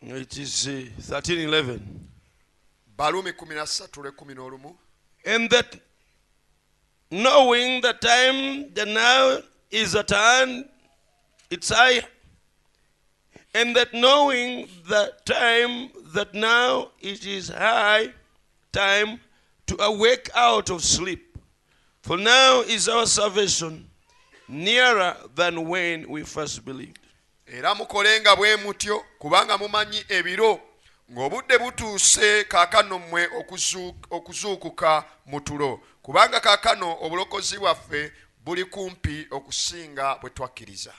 It is uh, 1311. balumi 13 11 And that knowing the time, the now is at hand, it's I. And that knowing the time, that now it is high time to awake out of sleep. For now is our salvation nearer than when we first believed. era mukolenga bwe mutyo kubanga mumanyi ebiro ng'obudde butuuse kaakano mmwe okuzuuk- okuzuukuka mu tulo kubanga kaakano obulokozi bwaffe buli kumpi okusinga bwe twakkiriza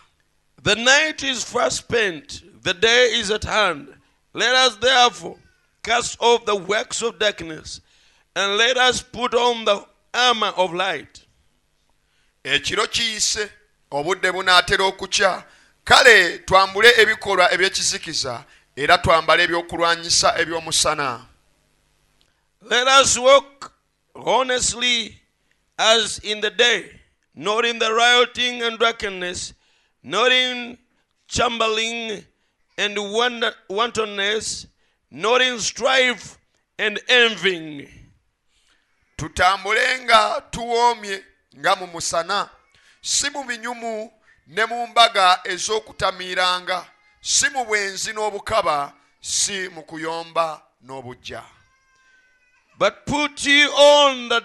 The night is fast spent, the day is at hand. Let us therefore cast off the works of darkness, and let us put on the armor of light. ekiro kiyise obudde bunaatera okukya kale twambule ebikolwa eby'ekizikiza era twambale ebyokulwanyisa eby'omusana Let us walk honestly as in the day, not in the rioting and drunkenness, not in chambling and wand- wantonness, not in strife and envying. tutambule nga tuwoomye nga mu musana si mu binyumu ne mu mbaga ez'okutamiiranga si mu bwenzi n'obukaba si mu kuyomba n'obujja But put ye on the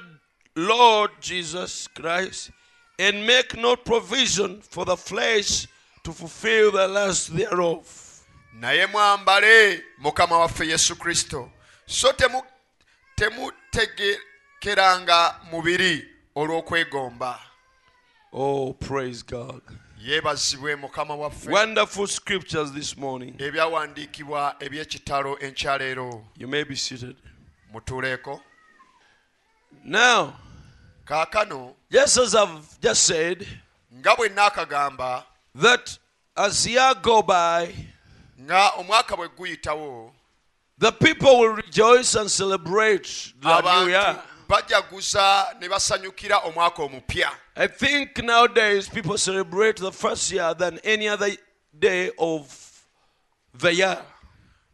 Lord Jesus Christ, and make no provision for the flesh to fulfill the lust thereof. naye mwambale mukama waffe yesu kristo so temu- temutegekeranga mubiri olw'okwegomba Oh, praise God. yeebazibwe mukama waffe Wonderful scriptures this morning. ebyawandiikibwa eby'ekitalo enkya leero You may be seated. mutuuleeko Now, kaakano just as I've just said, nga bwe naakagamba that as year go by, nga omwaka bwe guyitawo the people will rejoice and celebrate the new year. abantu bajaguza ne basanyukira omwaka omupya I think nowadays people celebrate the first year than any other day of the year.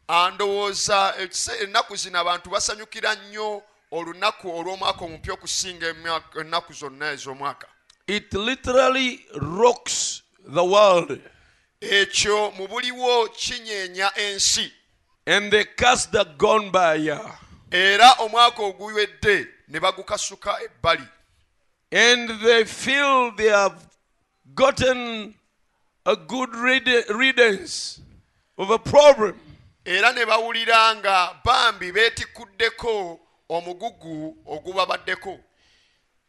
Ah, ndowooza ekise- ennaku zino abantu basanyukira nnyo olunaku olw'omwaka omupya okusinga emyaka- ennaku zonna ez'omwaka It literally rocks the world. ekyo mu buliwo kinyeenya ensi And they cast the gone by year. era omwaka oguwedde ne bagukasuka ebbali And they feel they have gotten a good rid- riddance of a problem. era ne bawulira nga bambi beetikkuddeko omugugu ogubabaddeko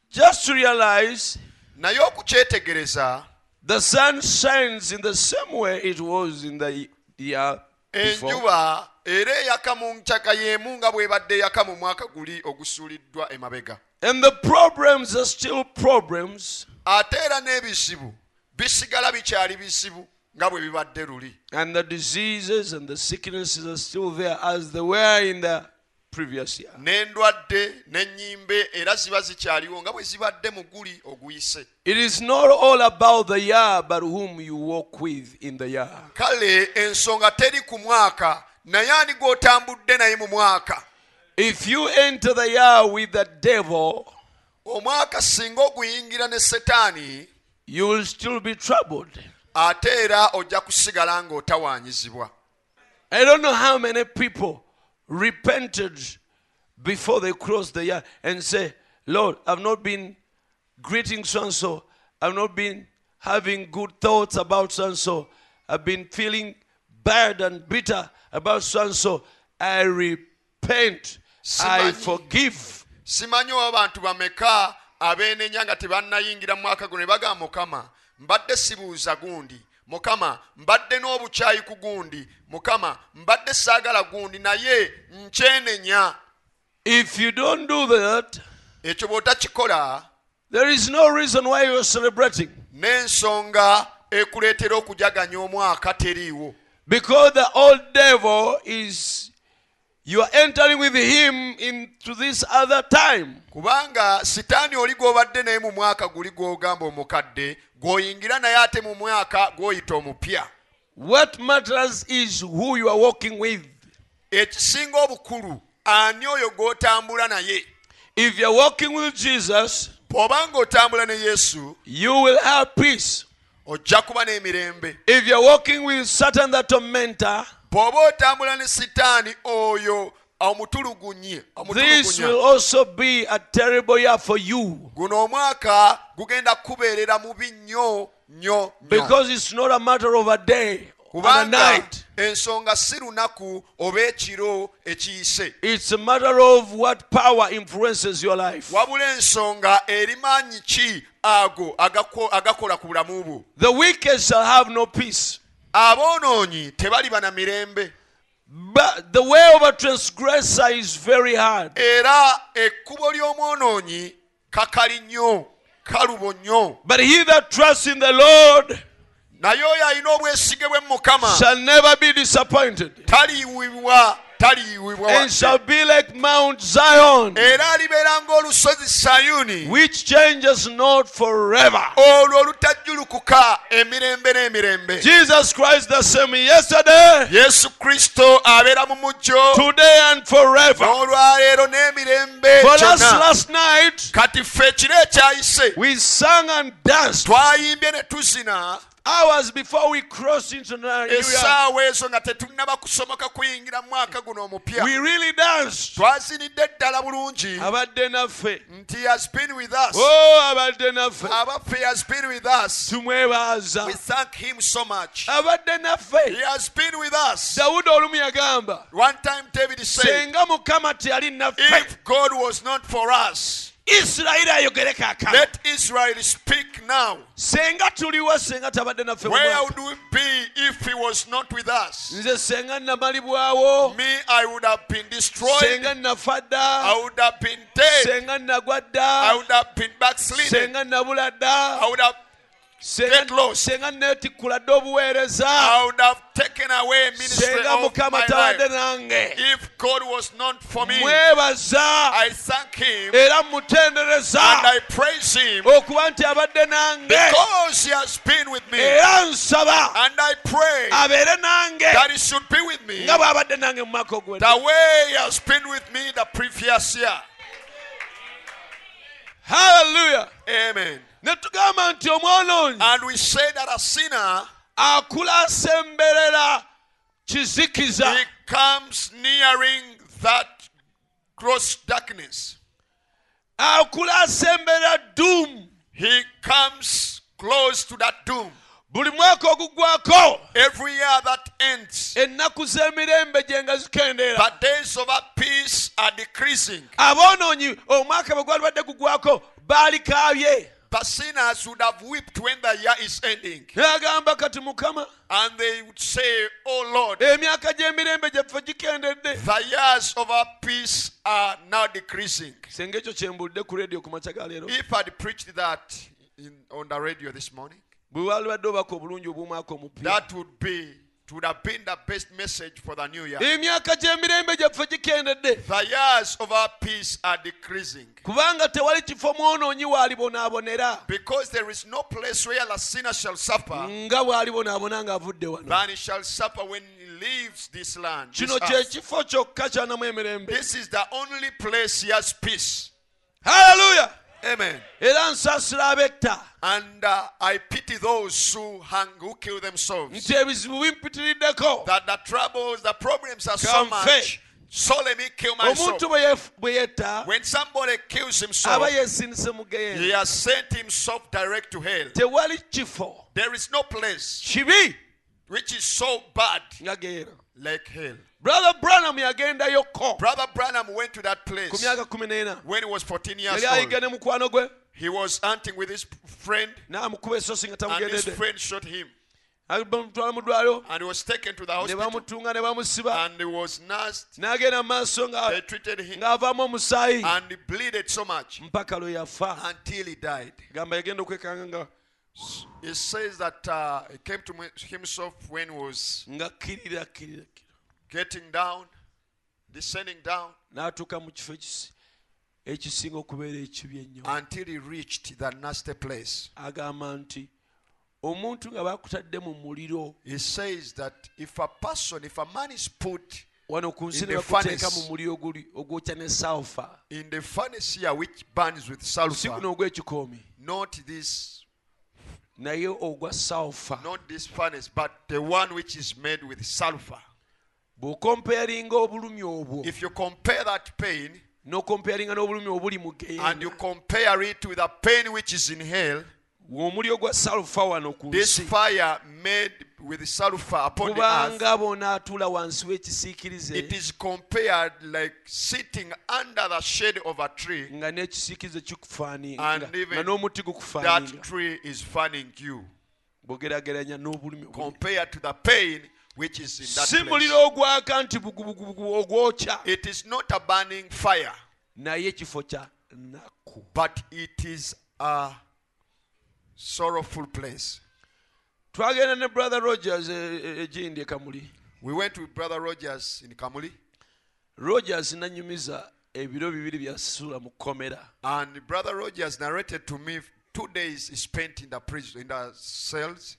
Just to realize naye okukyetegereza the sun shines in the same way it was in the year before. enjuba era eyaka mu ncaka y'emu nga bw'ebadde eyaka mu mwaka guli ogusuuliddwa emabega And the problems are still problems, ate era n'ebizibu bisigala bikyali bizibu nga bwe bibadde luli and the diseases and the sicknesses are still there as they were in the previous year. n'endwadde n'ennyimbe era ziba zikyaliwo nga bwe zibadde mu guli oguyise It is not all about the year, but whom you walk with in the year. kale ensonga teri ku mwaka naye ani gw'otambudde naye mu mwaka If you enter the year with the devil, omwaka singa oguyingira ne setaani you will still be troubled. ate era ojja kusigala ng'otawaanyizibwa I don't know how many people repented before they crossed the year and say, Lord, I've not been greeting so and so. I've not been having good thoughts about so and so. I've been feeling bad and bitter about so and so. I repent. I Simani. forgive. simanyi oba bantu bameka abeenenya nga tebannayingira mu mwaka guno ne bagamba mukama mbadde sibuuza gundi mukama mbadde n'obukyayi ku gundi mukama mbadde saagala gundi naye nkyenenya If you don't do that, ekyo bw'otakikola there is no reason why you're celebrating. n'ensonga ekuleetera okujaganya omwaka teriiwo Because the old devil is, you are entering with him into this other time. kubanga sitaani oli gw'obadde naye mu mwaka guli gw'ogamba omukadde gw'oyingira naye ate mu mwaka gw'oyita omupya What matters is who you are walking with. ekisinga obukulu ani oyo gw'otambula naye If you're walking with Jesus, bw'obanga otambula ne yesu you will have peace. ojja kuba n'emirembe If you're walking with Satan the tormentor, bw'oba otambula ne sitaani oyo omutulugunye this will omutulugunya also be a terrible year for you guno omwaka gugenda kukubeerera mubi nnyo nnyo nnyo because it's not a matter of a day or a kubanga night. ensonga si lunaku oba ekiro ekiyise It's a matter of what power influences your life. wabula ensonga erimaanyi ki ago agako- agakola ku bulamu bwo The wicked shall have no peace, aboonoonyi tebaliba na mirembe but the way of a transgressor is very hard. era ekkubo ly'omwonoonyi kakali nnyo kalubo nnyo But he that trusts in the Lord naye oyo alina obwesige bwe mu mukama shall never be disappointed taliyiwibwa taliyiwibwa and shall wa- be like Mount Zion, era alibeera ng'olusozi sayuni which changes not forever. olwo olutajjulukuka emirembe n'emirembe Jesus Christ the same yesterday, yesu kristo abeera mu mujjo today, and forever. n'olwaleero n'emirembe For us gyonna last night, kati ffe ekiro ekyayise we sang and danced twayimbye ne tuzina hours before we crossed into the new year. essaawa ezo nga tetunnaba kusomoka kuyingira mu mwaka guno omupya We really danced. twazinidde eddala bulungi Abadde naffe. nti he has been with us Oh, abadde naffe. abaffe he has been with us tumwebaza we thank him so much abadde he naffe has been with us dawudi olumu yagamba one time david said senga mukama teyali naffe if god was not for us isirayiri ayogere kakana let israel speak now senga tuliwa senga tabadde naffe mu where mwaka. would we be if he was not with us nze senga namalibwawo me i would have been destroyed senga nafa dda i would have been dead senga nagwa i dda would have been backslidden senga nabula dda i would have get senga lost. senga neetikkula dda obuweereza I would have taken away ministry senga of mukama my tabadde life. nange If God was not for me, mwebaza I thank Him and era mutendereza I praise Him okuba nti abadde nange because He has been with me. And era nsaba I pray abeere nange that He should be with me nga bw'abadde nange mu maka ogwe the way He has been with me the previous year. halleluya Amen. ne tugamba nti omwonoonyi And we say that a sinner, akula asemberera he kizikiza comes nearing that gross darkness. akula asemberera dduumu He comes close to that doom. buli mwaka ogugwako Every year that ends. ennaku z'emirembe gye nga zikendeera But days of our peace are decreasing. aboonoonyi omwaka bwe gwali badde gugwako baali kaabye The sinners would have wept when the year is ending. n'agamba kati mukama And they would say, Oh Lord, emyaka gy'emirembe gyaffe gikendedde the years of our peace are now decreasing. senga ekyo kyembudde ku lediyo ku makya ga leero If I'd preached that in, on the radio this morning, bwe walibadde obaka obulungi obw'omwaka omupiira that would be it would have been the best message for the new year. emyaka gy'emirembe gyaffe gikendedde The years of our peace are decreasing. kubanga tewali kifo mwonoonyi waalibonaabonera Because there is no place where the sinner shall suffer nga bw'alibonaabona ng'avudde wano than he shall suffer when he leaves this land. this kino earth. kyekifo kyokka kyanamu emirembe This is the only place he has peace. haleluya Amen. era nsaasira abetta And uh, I pity those who hang, who kill themselves. nti ebizibu bimpitiriddeko That the troubles, the problems are so Come much. faith. So let me kill myself. omuntu bwe yef- bwe yetta When somebody kills himself, aba yeesinise mu he geyeena has sent himself direct to hell. tewali kifo There is no place kibi which is so bad nga geyeena like hell. brother branham yagendayoko Brother Branham went to that ku place myaka kumi n'ena when he was 14 years yali ayiga old. ne mukwano gwe He was hunting with his friend, n'amukuba esosi nga and his tamugendedde friend shot him. amutwala mu ddwaliro And he was taken to the ne hospital. bamutunga ne bamusiba and he was nursed. n'agenda mu maaso nga- They treated him ng'avaamu omusaayi and he bleeded so much mpaka lwe yafa until he died. gamba yagenda okwekanga nga- He says that uh, he came to mi- himself when he was nga kirira kirira kirira. getting down, descending down, n'atuuka mu kifo ekisi- ekisinga okubeera ekibi ennyo until he reached that nasty place. agamba nti omuntu nga bakutadde mu muliro He says that if a person, if a man is put wano ku nsi In ne the bakuteeka mu furnace. muliro oguli- ogwokya ne salfa in the furnace here which burns with si sulfur, guno ogw'ekikoomi not this, naye ogwa salfa not this furnace, but the one which is made with sulfur. bw'okompeeringa obulumi obwo If you compare that pain n'okompeeringa n'obulumi obuli mu and you geyena compare it with the pain which is in hell, omuliro gwa salfa wano ku this nsi fire made with sulfur upon the earth, kubanga bw'onaatuula wansi it w'ekisiikirize is compared like sitting under the shade of a tree. nga n'ekisiikirize kikufaananga And even nga n'omuti That gukufaananga tree is fanning you. bwogerageranya n'obulumi obuli. compared to the pain which is in si that place. muliro ogwaka nti bugubugubugu ogwokya It is not a burning fire, naye ekifo kya nnaku but it is a sorrowful place. twagenda ne brother rogers e- e- egindi ekamuli We went with Brother Rogers in Kamuli, rogers nanyumiza ebiro bibiri byasula mu kkomera and Brother Rogers narrated to me two days he spent in the prison, in the cells,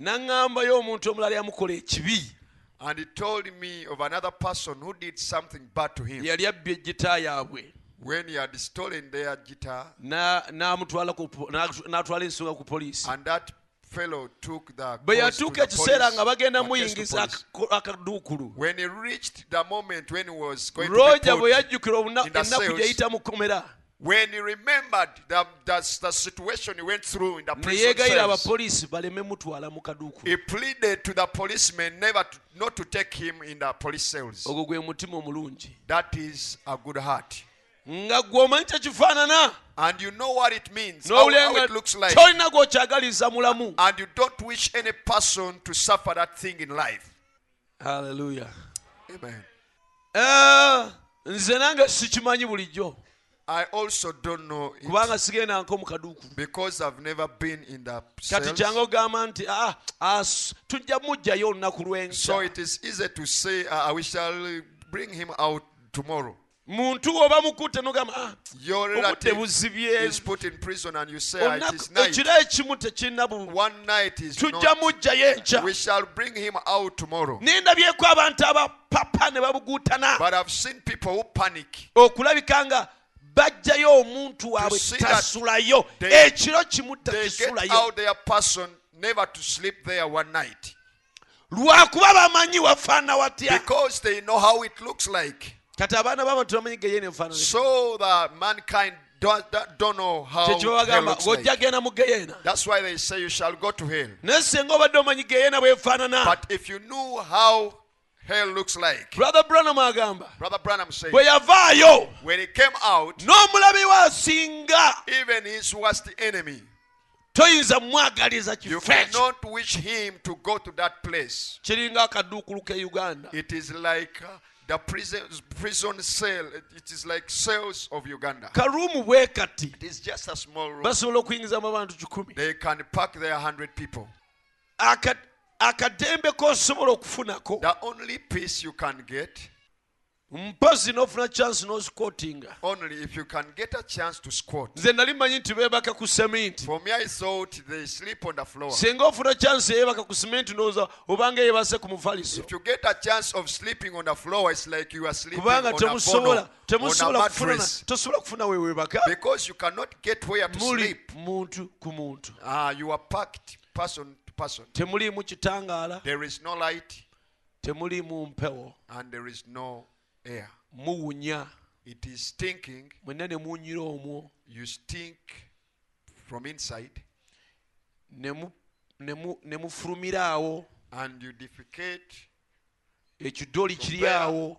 naŋŋambayo omuntu omulala yamukola ekibi and he told me of another person who did something bad to him yali abbye ejjita yaabwe when he had stolen their guitar, Na- n'amutwala ku po- n'atu- n'atwala ensonga ku poliisi and that fellow took the bwe cause to yatuuka the ekiseera police, nga bagenda the case to muyingiza police. ako- akaduukulu When he reached the moment when he was going to roja be bwe put, yajjukira obuna- in the ennaku cells. gyeyita mu kkomera when he remembered the, the, the situation he went through in the ne prison yeegayira cells, abapoliisi baleme mutwala mu kaduukulu he pleaded to the policemen never to, not to take him in the police cells. ogwo gwe mutima omulungi That is a good heart. nga gwe omanyi kyekifaanana And you know what it means, how, n'owulira how nga it looks like. kyolina gwokyagaliza mulamu And you don't wish any person to suffer that thing in life. haleluya Amen. Eh, nze nange sikimanyi bulijjo I also don't know it kubanga sigendanko mu kaduukulu because I've never been in the kati kyange cells. ogamba nti "Ah, ah, s- tujja mugjayo olunaku So lwensa it is easy to say, uh, we shall bring him out tomorrow. muntu oba mukutte nogamba "Ah, Your obudde relative buzibye is put in prison and you say "Ah, it Olunaku- is night. ekiro ekimu tekirina bu- One night is tujja not. mugjayo enkya We shall bring him out tomorrow. nindabyeko abantu abapapa ne babuguutana But I've seen people who panic. okulabika nga bajjayo omuntu waabwe To see that tasulayo they- ekiro kimu They get takisulayo out their person never to sleep there one night lwakuba bamanyi wafaana watya because they know how it looks like. kati abaana babantu bamanyi geyene enfaanana So the mankind don't, don't- don't know how kyekyo hell babagamba looks ng'ojja like. genda mu geyeena That's why they say you shall go to hell. naye singa obadde omanyi geyeena bwefaanana But if you knew how hell looks like, brothe branam agamba Brother Branham said, bwe yavaayo when he came out, n'omulabi we asinga even his worst enemy toyinza mwagaliza You kifo ekyo cannot wish him to go to that place. kiringa akaduukulu ke uganda It is like uh, the prison, prison cell. It is like cells of Uganda. karuumu bwe kati It is just a small room. basobola okuyingizamu abantu kikumi They can pack their hundred people. Aka- akadembe k'osobola okufunako The only peace you can get, mpozi n'ofuna chance n'osikootinga only if you can get a chance to squat. nze nali manyi nti beebaka ku seminti For me, I thought they sleep on the floor. singa ofuna chance yeebaka ku seminti ndowooza obanga yeebase ku mufaliso If you get a chance of sleeping on the floor, it's like you are sleeping on kubanga a, bono, temusobola on temusobola a kufuna mattress tosobola kufuna wewebaka because you cannot get where to muli sleep. muntu ku muntu Ah, you are packed person to person. temuliimu kitangaala There is no light temuliimu mpewo and there is no air. muwunya It is stinking. mwenna ne muwunyira omwo You stink from inside ne mu- ne mu- ne mufulumira awo and you defecate. ekidooli kiri awo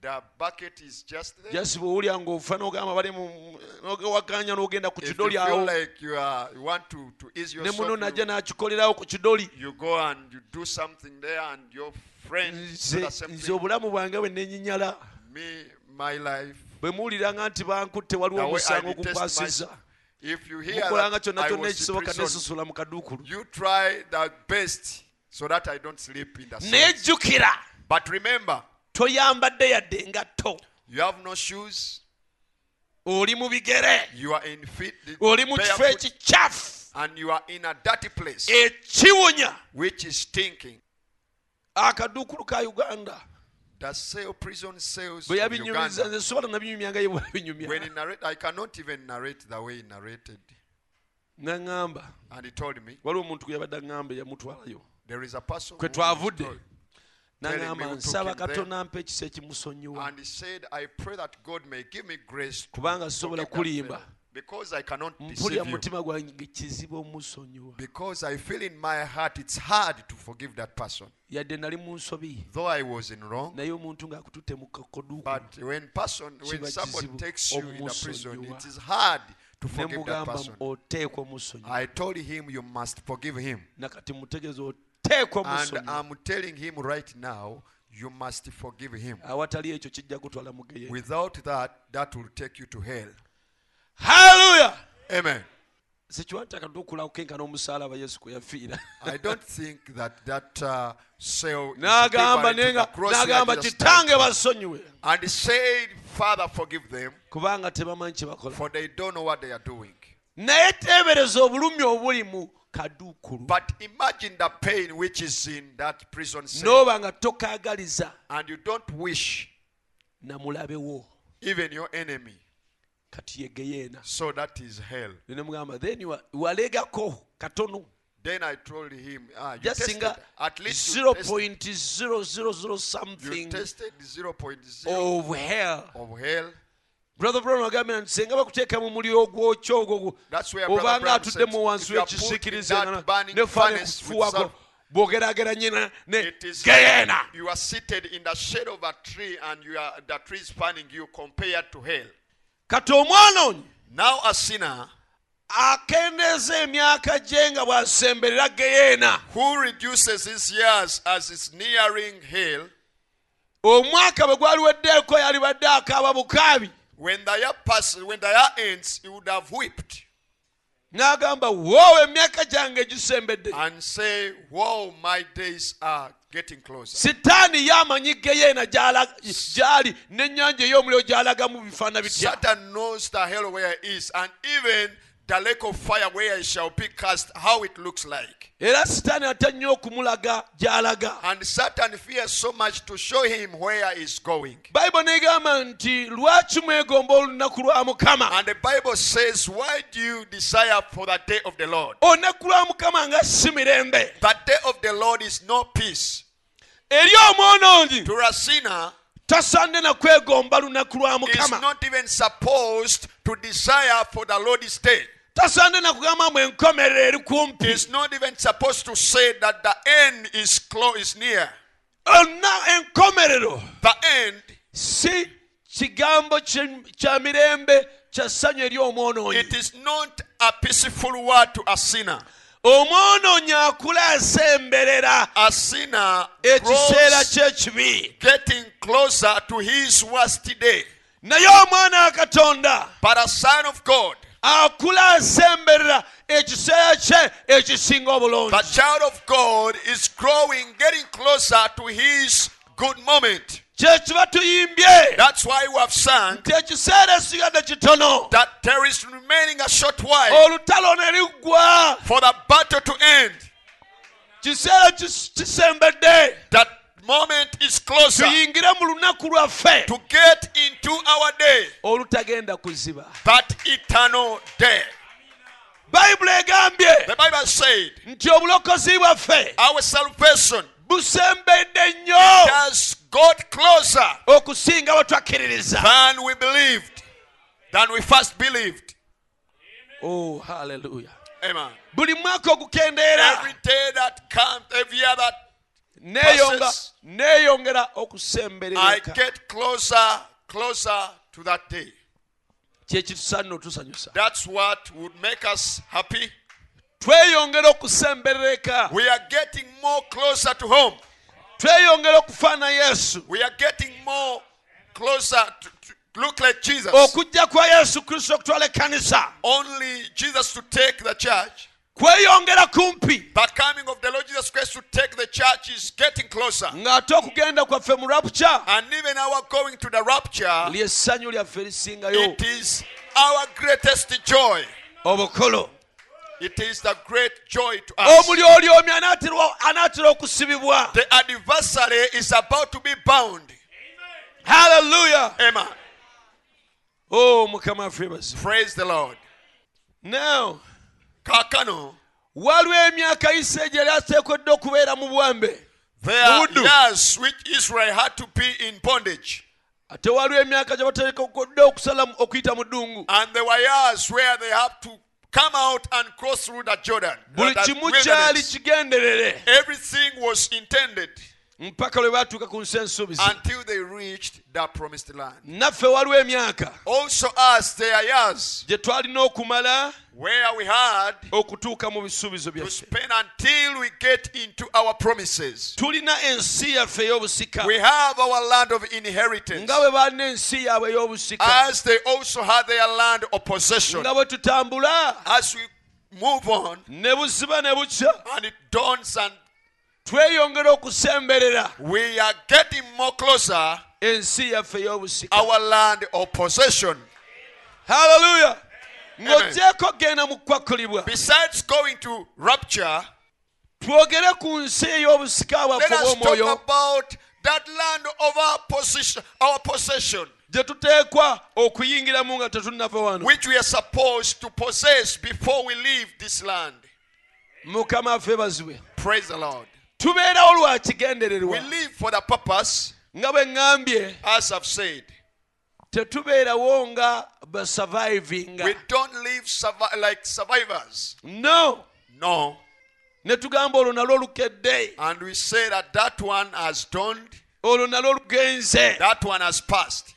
The bucket is just there. jasi bwowulya ngaofa n'ogamba bali nogewakanya n'ogenda ku if you kidooli feel awo like you, are, you want to, to ease ne muno yourself, najja you, n'akikolerawo ku kidooli you go and you do something there and your friends do nze the same nze thing. obulamu bwange bwe nenyinyala Me, my life. bwe muwuliranga nti bankutte waliwo The way I omusango detest ogukwasiza myself. If you hear mukolanga that kyonna I kyonna was in ekisoboka prison, nesusula mu kaduukulu you try the best so that I don't sleep in the naye cells. jjukira But remember, toyambadde yadde engatto You have no shoes. oli mu bigere You are in feet. oli mu kifo barefoot, ekikyafu and you are in a dirty place Eh. ekiwonya which is stinking. akaduukulu ka uganda The sale prison sales bwe of yabinyumiza Uganda. nze sobola nabinyumyanga ye When he bwabinyumya narrate, I cannot even narrate the way he narrated. naŋŋamba And he told me waliwo omuntu gwe yabadde aŋŋamba eyamutwalayo there is a person kwe who was twavudde told- naŋŋamba Telling me we took nsaba him there. katonda mpa ekisa ekimusonyiwa and he said, I pray that God may give me grace to kubanga forgive sisobola that kulimba fellow, because I cannot mpulira mu deceive you. mutima gwange kizibu omusonyiwa Because I feel in my heart it's hard to forgive that person. yadde nali mu nsobi Though I was in wrong, naye omuntu ng'akututte mu kakoduuku but when person when Kiba somebody kizibu takes you in a prison, okumusonyiwa. it is hard to ne forgive that mugamba person. oteekwa omusonyiwa I told him you must forgive him. nakati mutegeeza oteekwa And uh, omusonyiwa I'm telling him right now, you must forgive him. awatali ekyo kijja kutwala mugeye Without that, that will take you to hell. haleluya Amen. sikiwantaka tukula okukenkana omusaalaba yesu kwe yafiira I don't think that that uh, cell is n'agamba equivalent to the nenga cross we n'agamba have just kitange died. basonyiwe And he said, Father, forgive them, kubanga tebamanyi kye bakola for they don't know what they are doing. naye teebereza obulumi obuli mu kaduukulu But imagine the pain which is in that prison cell, n'oba nga tokaagaliza and you don't wish namulabewo even your enemy. kati yegeyeena So that is hell. nemugamba then wa- walegako katono Then I told him, ah, you just tested, singa at least you tested, 0.000 you something tested 0.0 of hell of hell. brother brown agambye nti singa bakuteeka mu muliro ogwokyo ogwo That's where Brother obanga Branham said, atuddemu wansi if you are put in w'ekisiikirize that burning furnace with nefaanakufuwako sulfur, bwogerageranye na- ne It is geyeena you are seated in the shade of a tree and you are the tree is burning you compared to hell. kati omwonoonyi Now a sinner akendeeza emyaka gye nga bw'asemberera geyeena who reduces his years as is nearing hell, omwaka bwe gwaliweddeeko yalibadde akaaba bukaabi when the year passes, when the year ends, he would have wept n'agamba woowe emyaka gyange egisembedde and say, Whoa, my days are getting closer. sitaani y'amanyi geyeena gy'ala- gy'ali n'ennyanja ey'omuliro gy'alagamu bifaana bitya Satan knows the hell where he is, and even the lake of fire where he shall be cast, how it looks like. era sitaani atya nnyo okumulaga gy'alaga And Satan fears so much to show him where he's going. bayibuli n'egamba nti lwaki mwegomba olunaku lwa mukama And the Bible says, Why do you desire for the day of the Lord? olunaku lwa mukama nga si mirembe The day of the Lord is no peace. eri omwonoonyi To a sinner, tasaanye na kwegomba lunaku lwa is mukama not even supposed to desire for the Lord's day. tasaanye na kugamba mwe enkomerero eri kumpi Is not even supposed to say that the end is close, is near. onna enkomerero The end, si kigambo kye- kya mirembe kya ssanyu eri it omwonoonyi is not a peaceful word to a sinner. omwonoonyi akula asemberera A sinner ekiseera grows ky'ekibi getting closer to his worst day. naye omwana wa katonda But a son of God, akula asemberera ekiseera kye ekisinga the obulungi child of God, is growing, getting closer to his good moment. kyekiba tuyimbye That's why we have sung nti ekiseera esigadde kitono that there is remaining a short Oh. while olutalo ne liggwa for the battle to end. kiseera kis- kisembedde That moment is closer tuyingire mu lunaku lwaffe to get into our day, olutagenda kuziba that eternal day. bayibuli egambye The Bible said, nti obulokozi bwaffe Our salvation busembedde nnyo has got closer okusinga bwe twakkiririza than we believed, than we first believed. oh haleluya Amen. buli mwaka ogukendeera Every day that comes, every year that neeyonga neeyongera I okusemberereka get closer, closer to that day. kyekitusanna otusanyusa That's what would make us happy. tweyongera okusemberereka We are getting more closer to home. tweyongera okufaana yesu We are getting more closer to, to look like Jesus. okujja kwa yesu kristo okutwala ekkanisa Only Jesus to take the church. kweyongera kumpi The coming of the Lord Jesus Christ to take the church is getting closer. ng'ate okugenda kwaffe mu rapuca And even our going to the rapture, lyessanyu lyaffe erisingayo it is our greatest joy. obukulu It is the great joy to Oh, us. omulyolyomi anaatirwa- anaatera okusibibwa The adversary is about to be bound. haleluya Amen. o Oh, mukama waffe basi Praise the Lord. now Kakano, waliwo emyaka isa gye yali ateekeddwa okubeera mu bwambe there are Mudu. years which Israel had to be in bondage. ate waliwo emyaka gye bateekeddwa okusala mu- okuyita mu ddungu And there were years where they have to come out and cross through the Jordan. buli that kimu wilderness. kyali kigenderere Everything was intended mpaka lwe baatuuka ku nsi ensuubizi until they reached the promised land. naffe waliwo emyaka Also, us, there are years gye twalina okumala where we had okutuuka mu bisuubizo to byaffe spend until we get into our promises. tulina ensi yaffe ey'obusika We have our land of inheritance, nga bwe balina ensi yaabwe ey'obusika as they also had their land of possession. nga bwe tutambula As we move on, ne buziba ne bukya and it dawns, and tweyongera okusemberera we are getting more closer ensi yaffe ey'obusika our land of possession. haleluya ng'ogyeko genda mu kukwakulibwa Besides going to rapture, twogere ku nsi ey'obusika let bwaffe us bw'omwoyo talk about that land of our possession, our possession, gye tuteekwa okuyingiramu nga tetunnava wano which we are supposed to possess before we leave this land. mukama affe baziwe Praise the Lord. tubeerawo lwa We kigendererwa live for the purpose, nga bwe ŋŋambye as I've said. tetubeerawo nga We basurvivinga don't live survi- like survivors. no No. ne tugamba olwo nalwo lukedde And we say that that one has dawned, olwo nalwo lugenze that one has passed.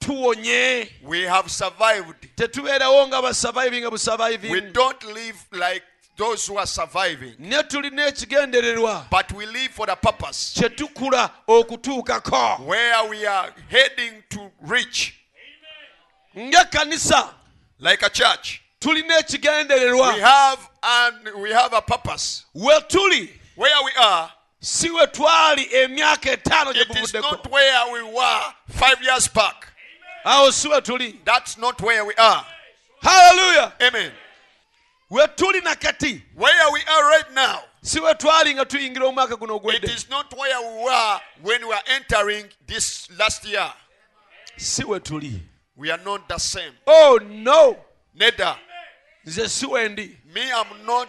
tuwonye We have survived. tetubeerawo nga basurvivinga We busurvivinga don't live like those who are surviving, ne tulina ekigendererwa but we live for the purpose kye tukula okutuukako where we are heading to reach. ng'ekkanisa Like a church, tulina we ekigendererwa have and we have a purpose. we tuli Where we are, si we twali emyaka etaano gye it is not tuvuddeko where we were five years back. awo si we tuli That's not where we are. haleluya Amen. we tuli nakati Where we are right now, si we twali nga tuyingira omwaka guno It ogwedde is not where we were when we were entering this last year. si we tuli We are not the same. oh no Neither nze si wendi me, I'm not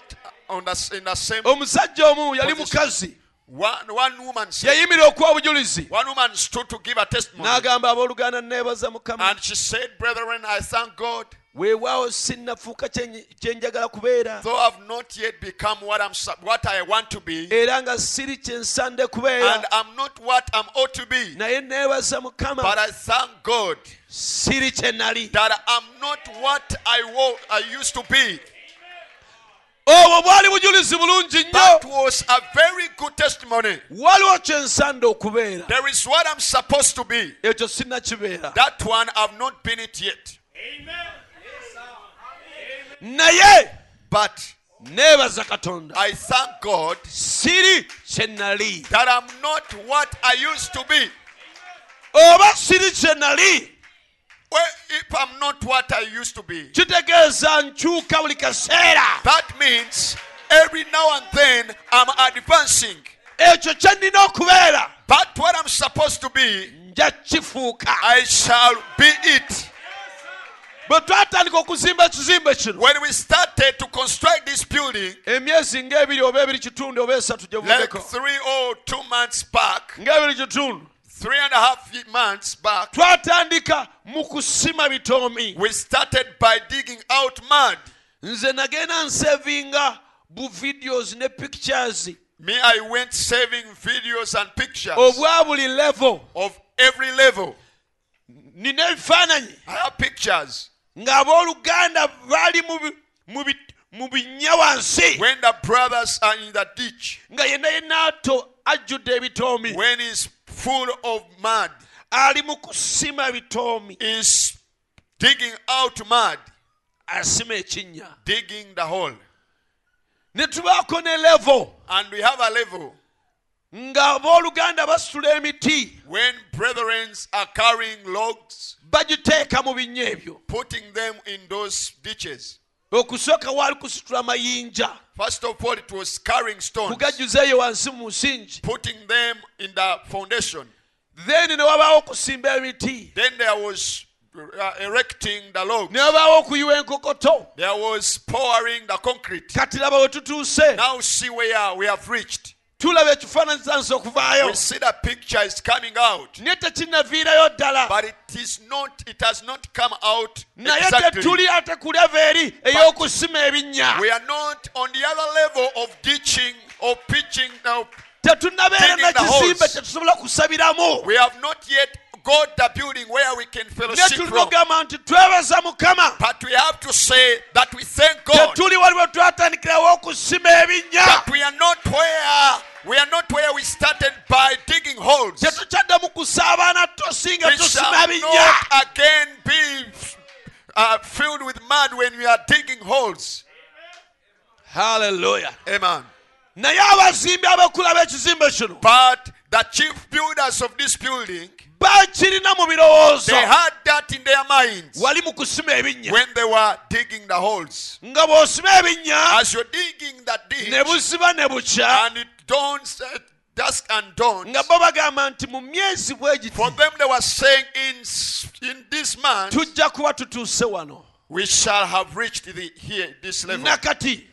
on the, in the same. omusajja omu yali mukazi One, one woman said, yayimirira okuwa obujulizi one woman stood to give a testimony, n'agamba abooluganda neebaza mukama and she said, "Brethren, I thank God, weewaawo sinnafuuka kye- kye njagala kubeera though I've not yet become what I'm sup- what I want to be, era nga siri kye nsande and kubeera I'm not what I'm ought to be, naye neebaza but mukama I thank God siri kye nali that I'm not what I wa- I used to be." obwo bwali bujulizi bulungi That nnyo was a very good testimony. waliwo kye nsande okubeera There is what I'm supposed to be. ekyo sinnakibeera That one I've not been it yet. naye But neebaza katonda I thank God siri E. kye nali that I'm not what I used to be. oba siri E. kye nali Well, if I'm not what I used to be, kitegeeza nkyuka buli kaseera that means every now and then I'm advancing. ekyo kye nnina okubeera But what I'm supposed to be, nja kifuuka I shall be it. bwe twatandika okuzimba ekizimbe kino When we started to construct this building, emyezi ng'ebiri oba ebiri kitundu oba esatu gye like buvuddeko three or two months back, ng'ebiri kitundu three and a half months back, twatandika mu kusima bitoomi we started by digging out mud. nze nagenda nsevinga bu videos ne pictures Me, I went saving videos and pictures obwa buli level of every level. nina ebifaananyi I have pictures. ng'abooluganda baali mu bi- mu bi- mu binnya wansi When the brothers are in the ditch, nga yenna yenaato ajjudde ebitoomi when he's full of mud, ali mu kusima bitoomi is digging out mud, asima ekinnya digging the hole. ne tubaako ne levo And we have a level ng'abooluganda basitula emiti when brethren are carrying logs, bagiteeka mu binnya ebyo putting them in those ditches. okusooka waali kusitula amayinja First of all, it was carrying stones, kugajjuza eyo wansi mu nsingi putting them in the foundation. then ne wabaawo okusimba emiti Then there was uh, erecting the log. ne wabaawo okuyiwa enkokoto There was pouring the concrete. kati laba we tutuuse Now see where we have reached. tulaba ekifaananyi tansa okuvaayo We see the picture is coming out, naye tekinaviirayo ddala but it is not. It has not come out naye exactly. tetuli ate ku leva eri ey'okusima ebinnya We are not on the other level of ditching or pitching. Now tetunnabeera Digging the nakizimbe holes. tetusobola kusabiramu we have not yet got the building where we can ne fellowship tulina from. okugamba nti twebaza mukama But we have to say that we thank God tetuli waliwo twatandikirawo okusima ebinnya that we are not where we are not where we started by digging holes. tetukyaddamu kusaabana tosinga We shall tusima binnya not again be uh, filled with mud when we are digging holes. haleluya Amen. naye abazimbi abakulaba ekizimbe kino But the chief builders of this building, bakirina mu they birowoozo had that in their minds wali mu kusima ebinnya when they were digging the holes. nga bw'osima ebinnya As you're digging that ne ditch, buziba ne bukya and it dawns, uh, dusk and dawn, nga bo bagamba nti mu myezi for bwegiti them they were saying, in s- in this month tujja kuba tutuuse wano we shall have reached the here this level. nakati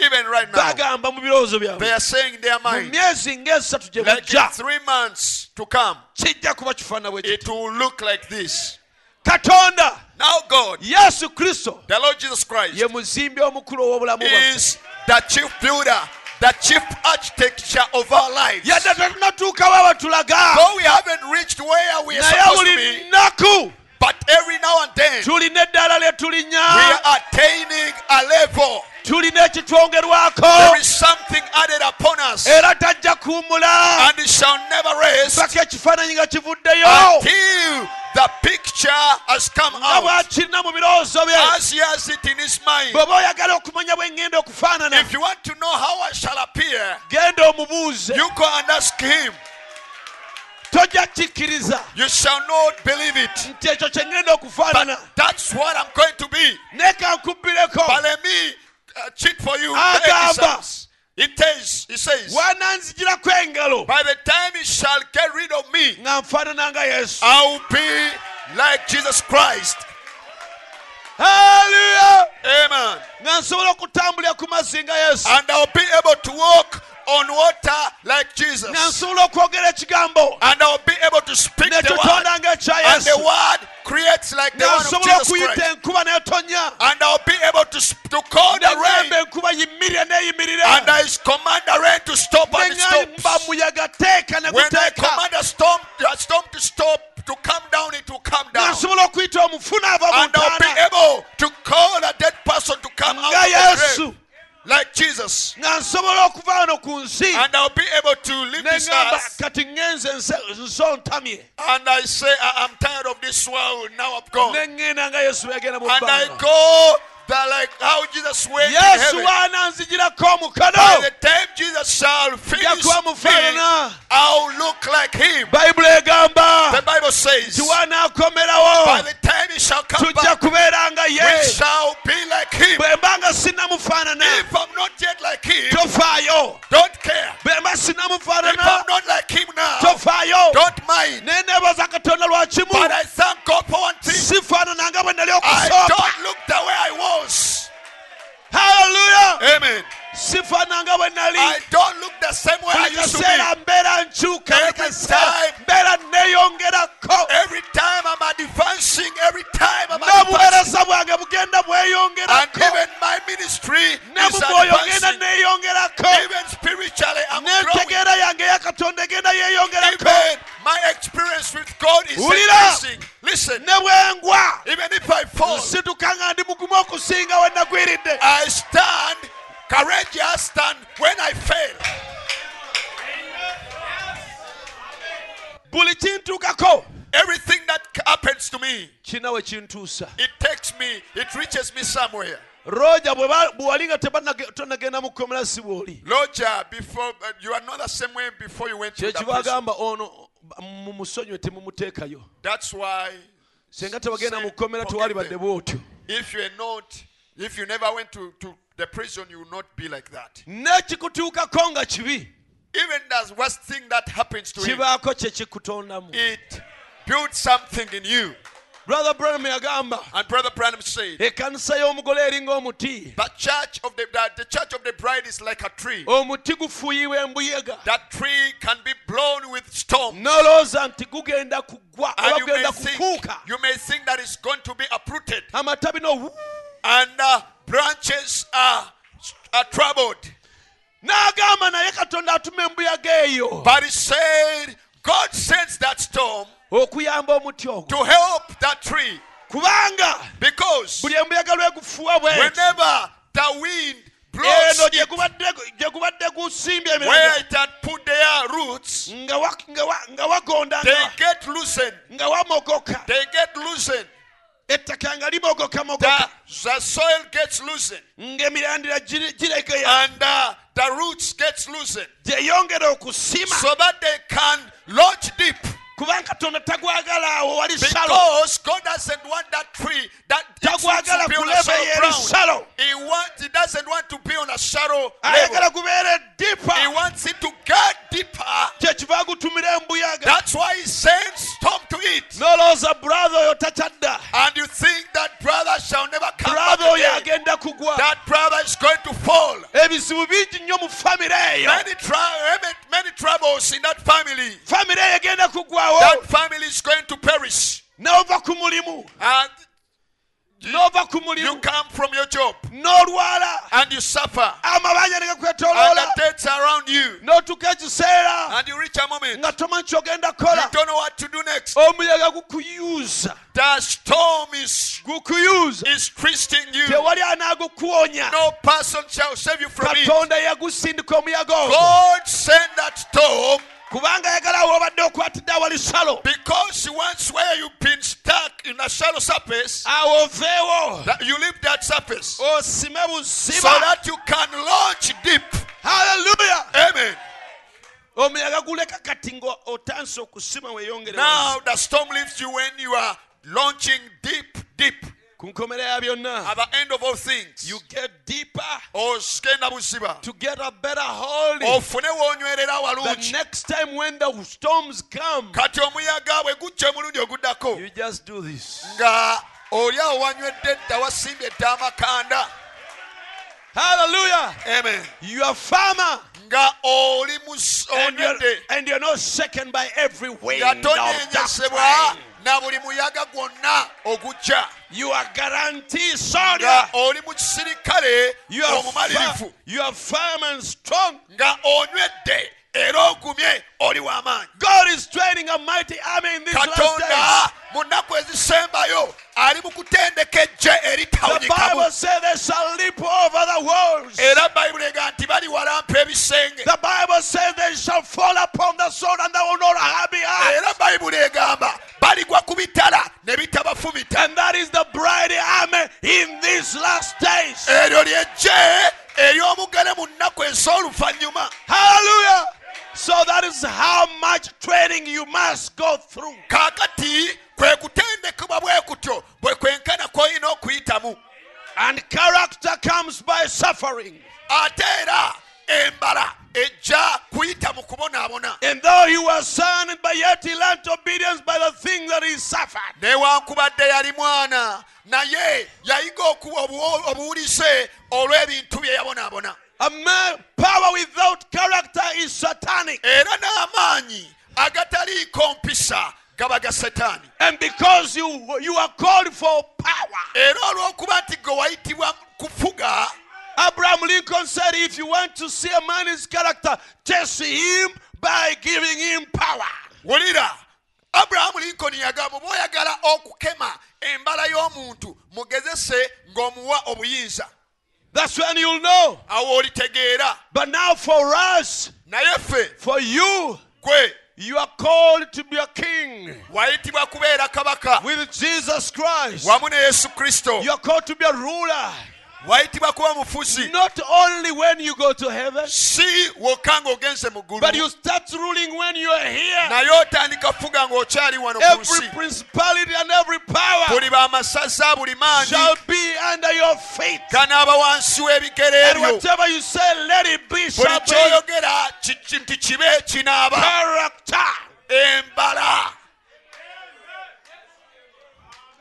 Even right now, bagamba mu birowoozo they byabwe are saying in their mu mind, myezi ng'esatu gye like in bujja three months to come, kijja kuba kifaanana bwe kiti it will look like this. katonda Now, God, yesu kristo the Lord Jesus Christ, ye muzimbi omukulu ow'obulamu bwaffe is the chief builder, the chief architecture of our lives. yadde tetunatuukawo abatulaga Though we haven't reached where we are naye supposed to buli be, nnaku but every now and then tulina eddaala lye we tulinya are attaining a level. tulina ekitwongerwako There is something added upon us, and era tajja kuwummula it shall never rest paka ekifaananyi nga kivuddeyo until the picture has come nga out bwakirina mu birowoozo bye as he has it in his mind. bw'oba oyagala okumanya bwe ŋŋenda okufaanana If you want to know how I shall appear, genda omubuuze you go and ask him. tojja kikkiriza You shall not believe it. nti ekyo kye ŋŋenda okufaanana But that's what I'm going to be. naye kankubbireko But let me uh, cheat for you. Ah, There it Gamba. says- It says, it says, wananzigirako engalo by the time he shall get rid of me, nga nfaanana nga yesu I'll be like Jesus Christ. haleluya Amen. nga nsobola okutambulira ku mazzi nga yesu And I'll be able to walk on water like nga Jesus. nsobola okwogera ekigambo And I'll be able to speak the word. nekyotonda ng'ekya And the yesu word creates like the nga one of nsobola Jesus okuyita Christ. enkuba n'etonya And I'll be able to, sp- to call the rain. nagamba enkuba yimirire neyimirira And I command the rain to stop and it neŋamba stops. muyaga teeka When I neguteeka command a storm, a storm to stop, to come down, it will come nga down. nsobola okuyita omufuna ava mu And I'll be ntaana able to call a dead person to come out nga of the yesu grave, like Jesus. nga nsobola okuva wano ku nsi And I'll be able to leave this neŋamba earth. kati ŋŋenze nse- nso ntamye And I say, I- I'm tired of this world. Now I've gone. And neŋŋenda nga yesu bwegenda mu I bbanga. go that like how Jesus went in yesu heaven. waananzigirako By omukono the time Jesus shall finish Njakuwa mufaanana. me, I'll look like him. bayibuli egamba The Bible says, nti waanaakomerawo by the time he shall come tujja back, kubeera nga we ye shall be like him. bwe mba nga sinnamufaanana If I'm not yet like him, tofaayo don't care. bwe mba If I'm sinnamufaanana not like him now, tofaayo don't mind. neneebaza katonda But lwakimu I thank God for one thing. sifaanana nga bwe nali I okusooka don't look the way I was. haleluya Amen. sifaanana nga bwe nali I don't look the same way I buli used to be. kaseera mbeera nkyuka buli Every kaseera time. mbeera neeyongerako Every time I'm advancing, every time I'm advancing. n'obuweereza bwange bugenda And bweyongerako even my ministry is ne mu mwoyo ngenda advancing. neeyongerako Even spiritually, I'm growing. n'entegeera yange eya katonda egenda yeeyongerako Even my experience with God is Wulira. increasing. Listen, ne bwengwa even if I fall, nsituka nga ndi mugumu okusinga we nagwiridde I stand courageous stand when I fail. buli kintuukako Everything that happens to me, kina we kintuusa it takes me, it reaches me somewhere. roja bwe ba- bwe wali nga tebanage- tonagenda mu kkomera si bw'oli Roger, before uh, you are not the same way before you went to that person. kyekibagamba ono mumusonywe temumuteekayo That's why senga tebagenda Say, mu kkomera forget tewali badde them. bwotyo if you are not If you never went to, to the prison, you will not be like that. n'ekikutuukako nga kibi Even the worst thing that happens to him, kibaako kye kikutondamu it builds something in you. brother branham yagamba And Brother Branham said, ekkanisa y'omugole eringa omuti the church of the, the, the church of the bride is like a tree. omuti gufuuyibwa embuyaga That tree can be blown with Mm. storm. n'olowooza nti gugenda kugwa And oba you may, gugenda think, kukuuka you may think that it's going to be uprooted. amatabi no And uh, branches are, are troubled. n'agamba naye katonda atuma embuyaga eyo But he said, God sends that storm okuyamba omuti ogwo to help that tree. kubanga Because buli embuyaga lwegufuwa bweti whenever the wind eno blows gye gubadde- gye gubadde gusimbye where emiraga it had put their roots, nga wa- nga wa- nga wagonda they nga- get loosened. nga wamogoka They get loosened. ettaka nga limogoka The, mogoka the soil gets loosened. ng'emirandira giri- giregeya And uh, the roots gets loosened. gyeyongera okusima So that they can lodge deep. kubanga katonda tagwagala awo wali salo Because God doesn't want that tree that it's not tagwagala to be ku on a leve yeri shallow ground. salo He, want, he doesn't want to be on a shallow level. ayagala gubeere He dipa wants it to get deeper. kyekiva gutumira embuyaga That's why he sends storm to it. nolowooza brother oyo takyadda And you think that brother shall never come back brother oyo again. agenda kugwa That brother is going to fall. ebizibu bingi nnyo mu famire eyo Many, tra- many troubles in that family. famire eyo egenda That kugwawo family is going to perish. n'ova ku mulimu And n'ova ku you mulimu come from your job n'olwala and you suffer. amabanja ne And the gakwetoloola deaths around you. n'otuuka ekiseera And you reach a moment. nga tomanyi kyogenda You kukola don't know what to do next. Oh. omuyaga gukuyuza The storm is, gukuyuza is twisting you. tewali anaagukuwonya No person shall save you from it. katonda yagusindika omuyaga ogwo God sent that storm kubanga ayagala awo obadde okwatidde awali salo because once where you've been stuck in a shallow surface, awo oveewo that you leave that Oh, surface osime so buziba that you can launch deep. haleluya Amen. omuyaga guleka kati nga otandise okusima weeyongere Now wansi. the storm leaves you when you are launching deep, deep. ku nkomera ya byonna At the end of all things, you get deeper ogenda buziba to get a better hold ofune woonywerera the walungi next time when the storms come kati omuyaga bwe gujja emulungi oguddako you just do this nga oli awo wanywedde edda wasimbye edda amakanda hallelujah Amen. you are farmer nga oli and you're, musonedde and you're not shaken by every wind nga of tonenjesebwa doctrine. na buli muyaga gwonna ogujja You are guaranteed soldier. nga oli mu kisirikale You are, Oh, omumalirivu fi- you are firm and strong. nga onywedde era ogumye oli w'amaanyi God is training a mighty army in these last days. katonda mu nnaku ezisembayo ali mu kutendeka The ejje Bible eritawunyikamu says they shall leap over the walls. era bayibuli ega nti bali walampa ebisenge The Bible says they shall fall upon the sword and they will not have behind. era bayibuli egamba baligwa ku bitala ne bitabafumita And that is the bride army in these last days. eryo lyejje ery'omugere mu nnaku ez'oluvannyuma Hallelujah. So that is how much training you must go through. kaakati kwe kutendekebwa bwe kutyo bwe kwenkana kw'olina okuyitamu And character comes by suffering. ate era embala ejja kuyita mu kubonaabona And though he was son, but yet he learnt obedience by the thing that he suffered. newankubadde yali mwana naye yayiga okuwa obuwo- obuwulise olw'ebintu bye yabonaabona A man, power without character is satanic. era n'amaanyi agataliiko mpisa gaba ga setaani And because you you are called for power, era olw'okuba nti gwe wayitibwa kufuga Abraham Lincoln said, if you want to see a man his character, test him by giving him power. wulira aburahamu linkoni yagamba oba oyagala okukema embala y'omuntu mugezese ng'omuwa obuyinza That's when you'll know. awo olitegeera But now for us, naye ffe for you, gwe you are called to be a king wayitibwa kubeera kabaka with Jesus Christ. wamu ne yesu kristo You are called to be a ruler. wayitibwa kuba mufuzi Not only when you go to heaven, si wokka ng'ogenze mu ggulu but you start ruling when you are here. naye otandika kufuga ng'okyali wano ku Every nsi principality and every power buli bamasaza buli maanyi shall be under your feet. ganaaba wansi w'ebigere And ebyo whatever you say, let it be buli shall be kyoyogera ki- ki- nti kibe kinaaba character. embala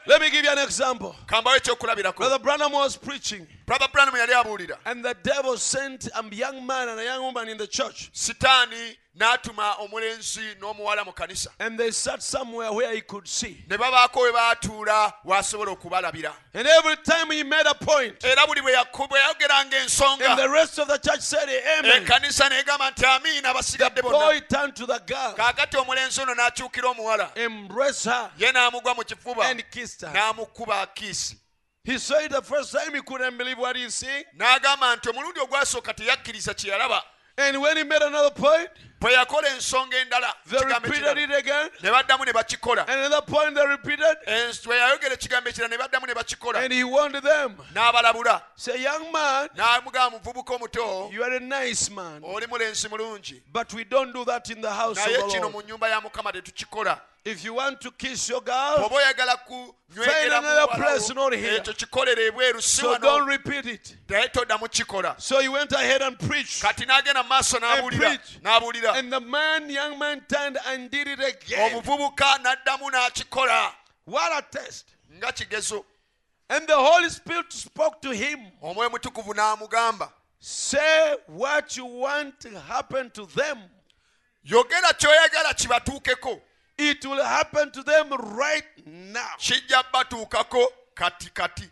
Let me give you an example. kambawo ekyokulabirako Brother Branham was preaching, brother branham yali abuulira and the devil sent a young man and a young woman in the church. sitaani n'atuma omulenzi n'omuwala mu kanisa And they sat somewhere where he could see. ne babaako we baatuula w'asobola okubalabira And every time he made a point, era buli bwe yaku- bwe yayogeranga and ensonga the rest of the church said, Eh, Amen. ekkanisa neegamba nti amiina abasigadde bonna Boy turned to the girl, kaakati omulenzi ono n'akyukira omuwala embraced her, ye n'amugwa mu kifuba and kissed her. n'amukuba akiisi He saw it the first time, he couldn't believe what he's seeing. n'agamba nti omulundi ogwasooka teyakkiriza kye yalaba And when he made another point, bwe yakola ensonga endala they ekigambo repeated ekirala, it again. ne baddamu ne bakikola And another point they repeated, Ens- bwe yayogera ekigambo ekirala ne baddamu ne bakikola and he warned them. n'abalabula Say, young man, n'amugamba muvubuka omuto you are a nice man, oli mulenzi mulungi but we don't do that in the house of naye kino the mu Lord. nyumba ya mukama tetukikola If you want to kiss your girl, oba oyagala kunywegera Find another place, not here. ekyo kikolere eh, ebweru si so don't wano repeat it. naye toddamu kukikola So he went ahead and preached. kati n'agenda mu maaso n'abuulira And preach. n'abuulira And the man, young man, turned and did it again. omuvubuka n'addamu n'akikola What a test. nga kigezo And the Holy Spirit spoke to him. omwoyo mutukuvu n'amugamba Say what you want to happen to them. yogera kyoyagala kibatuukeko It will happen to them right now. kijja batuukako kati kati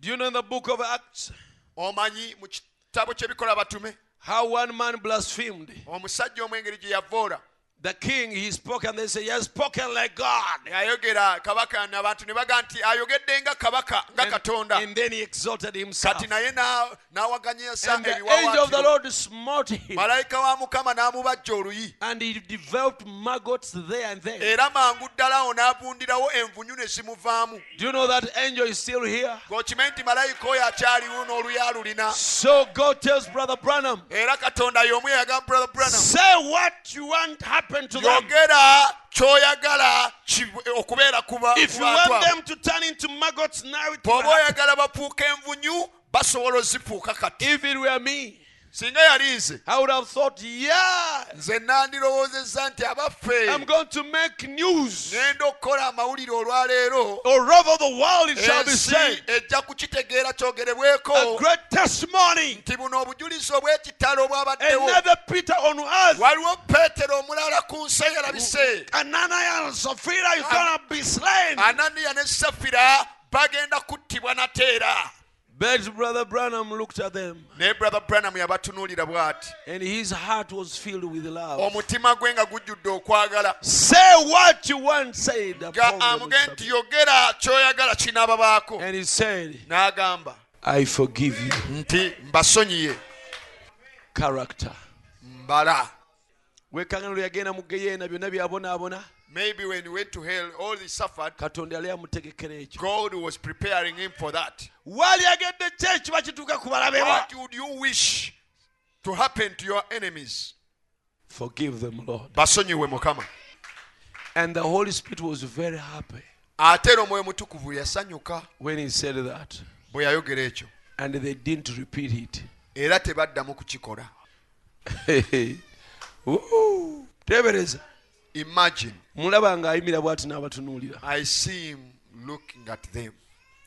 Do you know in the book of Acts omanyi mu kitabo ky'ebikola batume how one man blasphemed? omusajja omwengeri gye yavoola The king, he spoke, and they say, He has spoken like God. ayogera kabaka nabantu ne baga nti ayogedde nga kabaka nga And, katonda and then he exalted himself. kati naye na- n'awaganyisa And the angel of the ebiwawaatiro Lord smote him, malayika wa mukama n'amubajja oluyi and he developed maggots there and there. era mangu ddala awo n'avundirawo envunyu ne zimuvaamu Do you know that angel is still here? ng'okimanyi nti malayika oyo akyaliwo n'oluya alulina So God tells Brother Branham, era katonda y'omu yagamba brother branham say what you want happen to them. yogera ky'oyagala ki- okubeera ku ba- If ku you want bantu abo them to turn into maggots now, it will bw'oba happen. oyagala bafuuka envunyu basobola ozifuuka kati if it were me, singa yali nze I would have thought, yeah, nze nandirowoozezza nti I'm abaffe going to make news. ŋenda okukola amawulire olwaleero All over the world it shall be ensi said. ejja kukitegeera kyogerebweko A great testimony. nti buno obujulizi obw'ekitalo obwabaddewo Another Peter on earth. waliwo peetero omulala ku nsi eyalabise Ananias and Sapphira is going to be slain. ananiya ne safira bagenda kuttibwa nate era But Brother Branham looked at them, naye brother branham yabatunuulira bw'ati and his heart was filled with love. omutima gwe nga gujjudde okwagala Oh, Say what you want, said the nga Paul. amugee nti yogera kyoyagala kinaababaako And he said, n'agamba I forgive you. nti mbasonyiye Character. mbala weekanga lwe yagenda mu geyeena byonna byabonaabona maybe when he went to hell all he suffered katonda yali amutegekera ekyo god was preparing him for that wali agedde kyeki bakituuka ku balabewa what would you wish to happen to your enemies forgive them lord basonyiwe mukama and the holy spirit was very happy ate era omwoyo mutukuvu yasanyuka when he said that bwe yayogera ekyo and they didn't repeat it era tebaddamu kukikola Woo! tebereza imagine mulaba ng'ayimira bw'ati n'abatunuulira i see him looking at them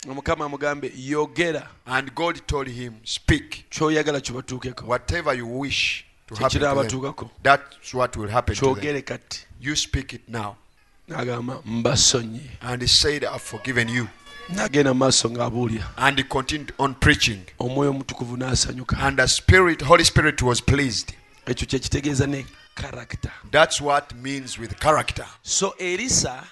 omukama amugambe yogera and god told him speak kyoyagala kibatuukeko whatever you wish to happen to them, kikiraabatuukako that's what will happen to them kyogere kati you speak it now n'agamba mbasonye and he said i've forgiven you n'agenda mu maaso ng'abuulira and he continued on preaching omwoyo omutukuvu n'asanyuka and the spirit holy spirit was pleased ekyo kyekitegeeza ne karakita that's what means with character so erisa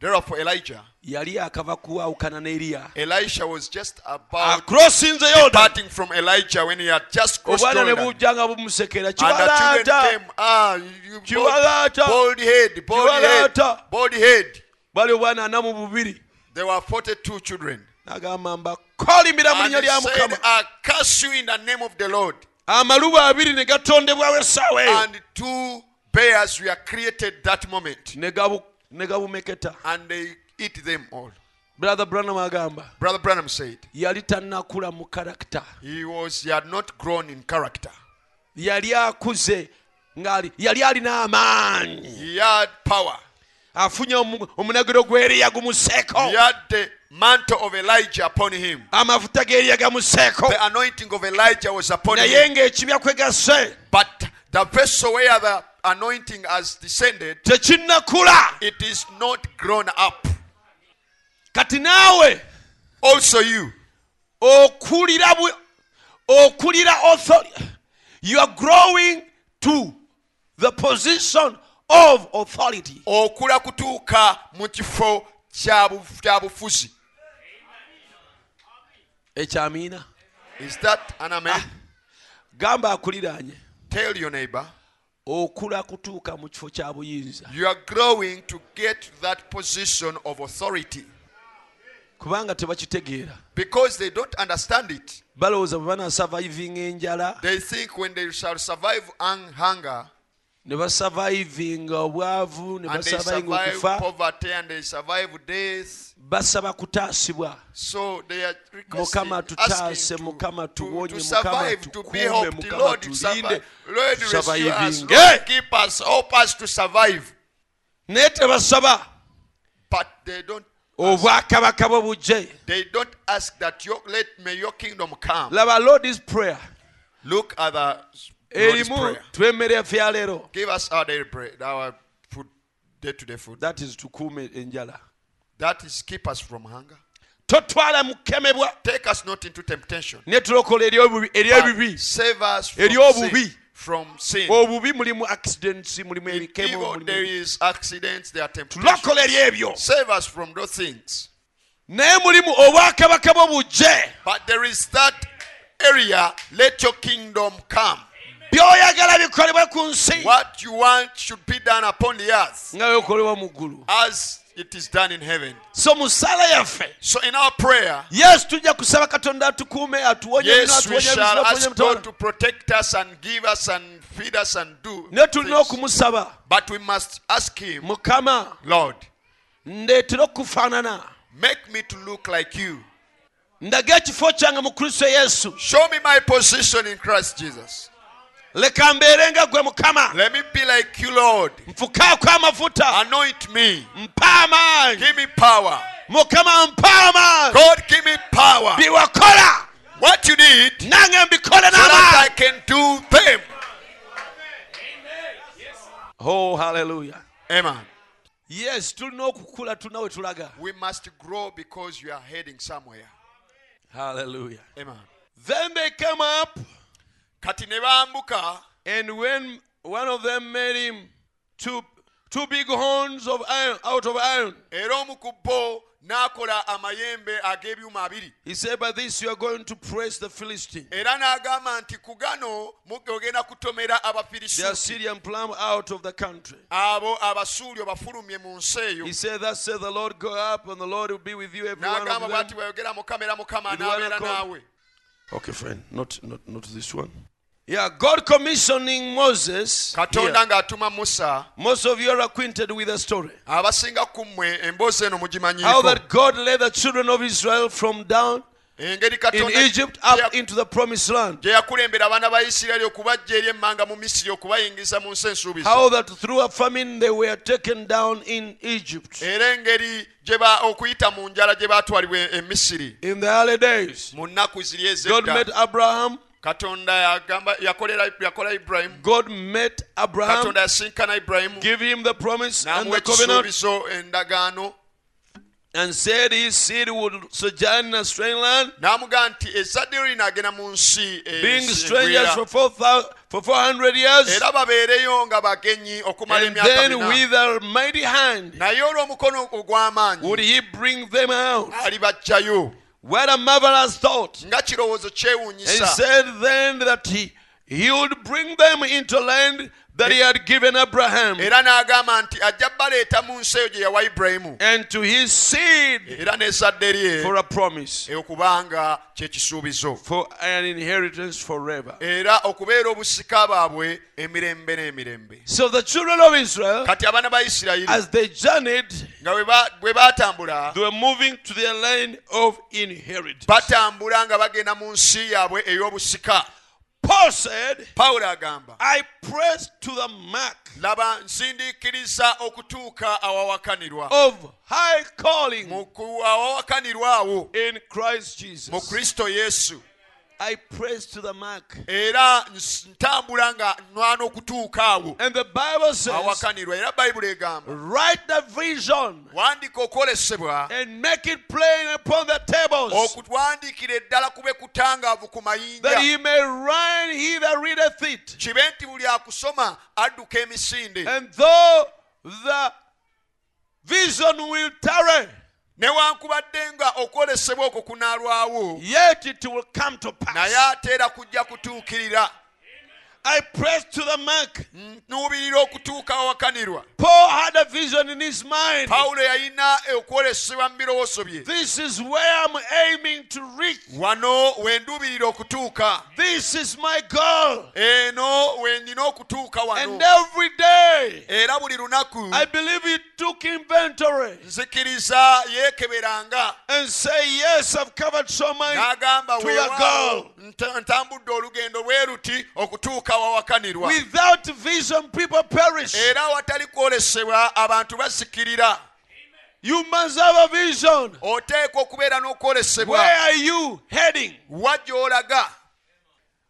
therefore elijah yali akava kuwawukana ne eriya elisha was just Ah, about akulosinze yoda departing from elijah when he had just crossed obwana ne jordan bujja nga bumusekera and the children kibalaata came ah you bald, Kibalata. bald head bald head Kibalata. bald head bali obwana ana mu bubiri there were 42 children n'agamba mba kolimbira mu And linnya he lya said, mukama I curse you in the name of the Lord. amaluba abiri ne gatondebwawo essaawa eyo And two bears were created that moment. ne gabu- ne gabumeketa And they eat them all. brother branam agamba Brother Branham said, yali tannakula mu karakita He was he had not grown in character. yali akuze ng'ali yali alina amaanyi He had power. afunye omu- omunagiro gw'eriya gumuseeko He had the mantle of Elijah upon him. amafuta g'eriya gamuseeko The anointing of Elijah was upon naye him. ng'ekibya kwegasse But the vessel where the anointing has descended, tekinnakula it is not grown up. kati naawe Also, you, okulira bwe- okulira authority you are growing to the position of authority okula kutuuka mu kifo kya bu- kya bufuzi. ekyamiina Is that an amen? gamba akuliraanye Tell your neighbor, okula kutuuka mu kifo kya buyinza you are growing to get to that position of authority kubanga tebakitegeera because they don't understand it. balowooza bwe banasavaivinga enjala They think when they shall survive hung- hunger ne basavaivinga obwavu ne and they basavainga survive okufa poverty and they survive death, basaba kutaasibwa so they are requesting, mukama asking tutaase to, mukama to, to tuwonye mukama survive, to be tukuume helped. mukama Lord, survive. tulinde Lord, rescue us. surviving. Lord, Eh! keep us. Help us to survive. naye tebasaba But they don't. obwakabaka bwe bujje They don't ask that your, let may your kingdom come. laba lord's prayer Look at the Lord's erimu prayer. twemmere yaffe ya leero Give us our daily bread, our food, day-to-day food. that is tukuume enjala That is keep us from hunger. totwala mukemebwa Take us not into temptation. ne tulokola eryobu- But ery'ebibi save us from Eryobubi. sin. From sin. obubi mulimu accidents mulimu In evil ebikemo there is accidents, there are temptations. tulokola eryebyo Save us from those things. naye mulimu obwakabaka bwe bujje But there is that area, let your kingdom come. byoyagala bikolebwe ku nsi What you want should be done upon the earth nga byokolebwa mu ggulu as it is done in heaven. so musaala yaffe So in our prayer, yesu tujja kusaba katonda atukuume atuwonye bino yes, we atuwonye shall ebizira, atuwonye ask God mutawala to protect us and give us and feed us and do. naye tulina things. okumusaba But we must ask Him, mukama Lord, ndeetera okufaanana make me to look like you. ndaga ekifo kyange mu kristo yesu Show me my position in Christ Jesus. leka mbeere nga gwe mukama Let me be like you, Lord. nfukaako amafuta Anoint me. mpa amaanyi Give me power. mukama mpa amaanyi God, give me power. bye wakola What you need so nange mbikole that I n'amaanyi can do them. oh haleluya Amen. yes tulina okukula tulina we tulaga We must grow because you are heading somewhere. haleluya Amen. then they came up Kati ne bambuka and when one of them made him two, two big horns of iron, out of iron era omu ku bo n'akola amayembe ag'ebyuma abiri he said by this you are going to praise the philistine era n'agamba nti ku gano mugge ogenda kutomera the abafirisuuti assyrian plum out of the country abo abasuuli obafulumye mu nsi eyo He said, Thus said the Lord, go up, and the Lord will be with you, every one n'agamba of them. bwati bwayogera mukama era mukama With one anaabeera accord. naawe Okay, friend, not, not, not this one. Yeah, God commissioning Moses. katonda here. ng'atuma musa Most of you are acquainted with the story. abasinga ku mmwe emboozi eno How mugimanyiiko that God led the children of Israel from down engeri in katonda Egypt up into the promised land. gye yakulembera abaana ba isirayiri okubajja eri emmanga mu misiri okubayingiza mu nsi ensuubizo How that through a famine they were taken down in Egypt era engeri gye ba- okuyita mu njala gye baatwalibwa e misiri in the early days. mu nnaku ziri God ezedda met Abraham. katonda yagamba yakolera yakola ibulayimu God met Abraham, katonda yasinkana ibulayimu Um, give him the promise and n'amuwa the covenant. ekisuubizo endagaano and said his seed would sojourn in a strange land, n'amugamba nti ezzadde lyo linaagenda mu nsi eh, being ezigwira, strangers for, 4,000 for 400 years, era babeereyo nga bagenyi okumala and emyaka then mina with a mighty hand naye olw'omukono would ogw'amaanyi he bring them out. alibajjayo What a marvelous thought! nga kirowoozo And he kyewuunyisa said then that he, he would bring them into land that he had given Abraham era n'agamba nti ajja baleeta mu nsi eyo gye yawa ibulayimu and to his seed era n'ezzadde for lye a promise, okubanga kyekisuubizo for an inheritance forever. era okubeera obusika baabwe emirembe n'emirembe So the children of Israel, kati abaana ba isirayiri as they journeyed, nga bwe ba- bwe baatambula they were moving to their land of inheritance. batambula nga bagenda mu nsi yaabwe ey'obusika Paul said, pawulo agamba I press to the mark laba nsindiikiriza okutuuka awawakanirwa of high calling mu ku- awawakanirwa awo in Christ mu Jesus. kristo yesu I press to the mark. era ns- ntambula nga nwana okutuuka awo And the Bible says, awakanirwa era bayibuli egamba write the vision wandika okolesebwa and make it plain upon the Oh, tables okutwandikira eddala kube kutangaavu ku that mayinja he may run he that readeth it. kibe nti buli akusoma adduka emisinde And though the vision will tarry, newankubadde nga okwolesebwa okwo kunaalwawo yet it will come to naye pass. ate era kujja kutuukirira I press to the mark. nuubirira okutuuka awakanirwa Paul had a vision in his mind. pawulo yalina okwolesebwa mu birowooso bye This is where I'm aiming to reach. wano wenduubirira okutuuka This is my goal. eno wenina okutuuka wano And every day, era buli lunaku I believe he took inventory nzikiriza yeekeberanga and say, Yes, I've covered so much n'agamba To weewaawo your nta- ntambudde olugendo bwe luti okutuuka awawakanirwa Without vision, people perish. era awatali kwolesebwa abantu basikirira You must have a vision. oteekwa okubeera n'okwolesebwa Where are you heading? wa gy'olaga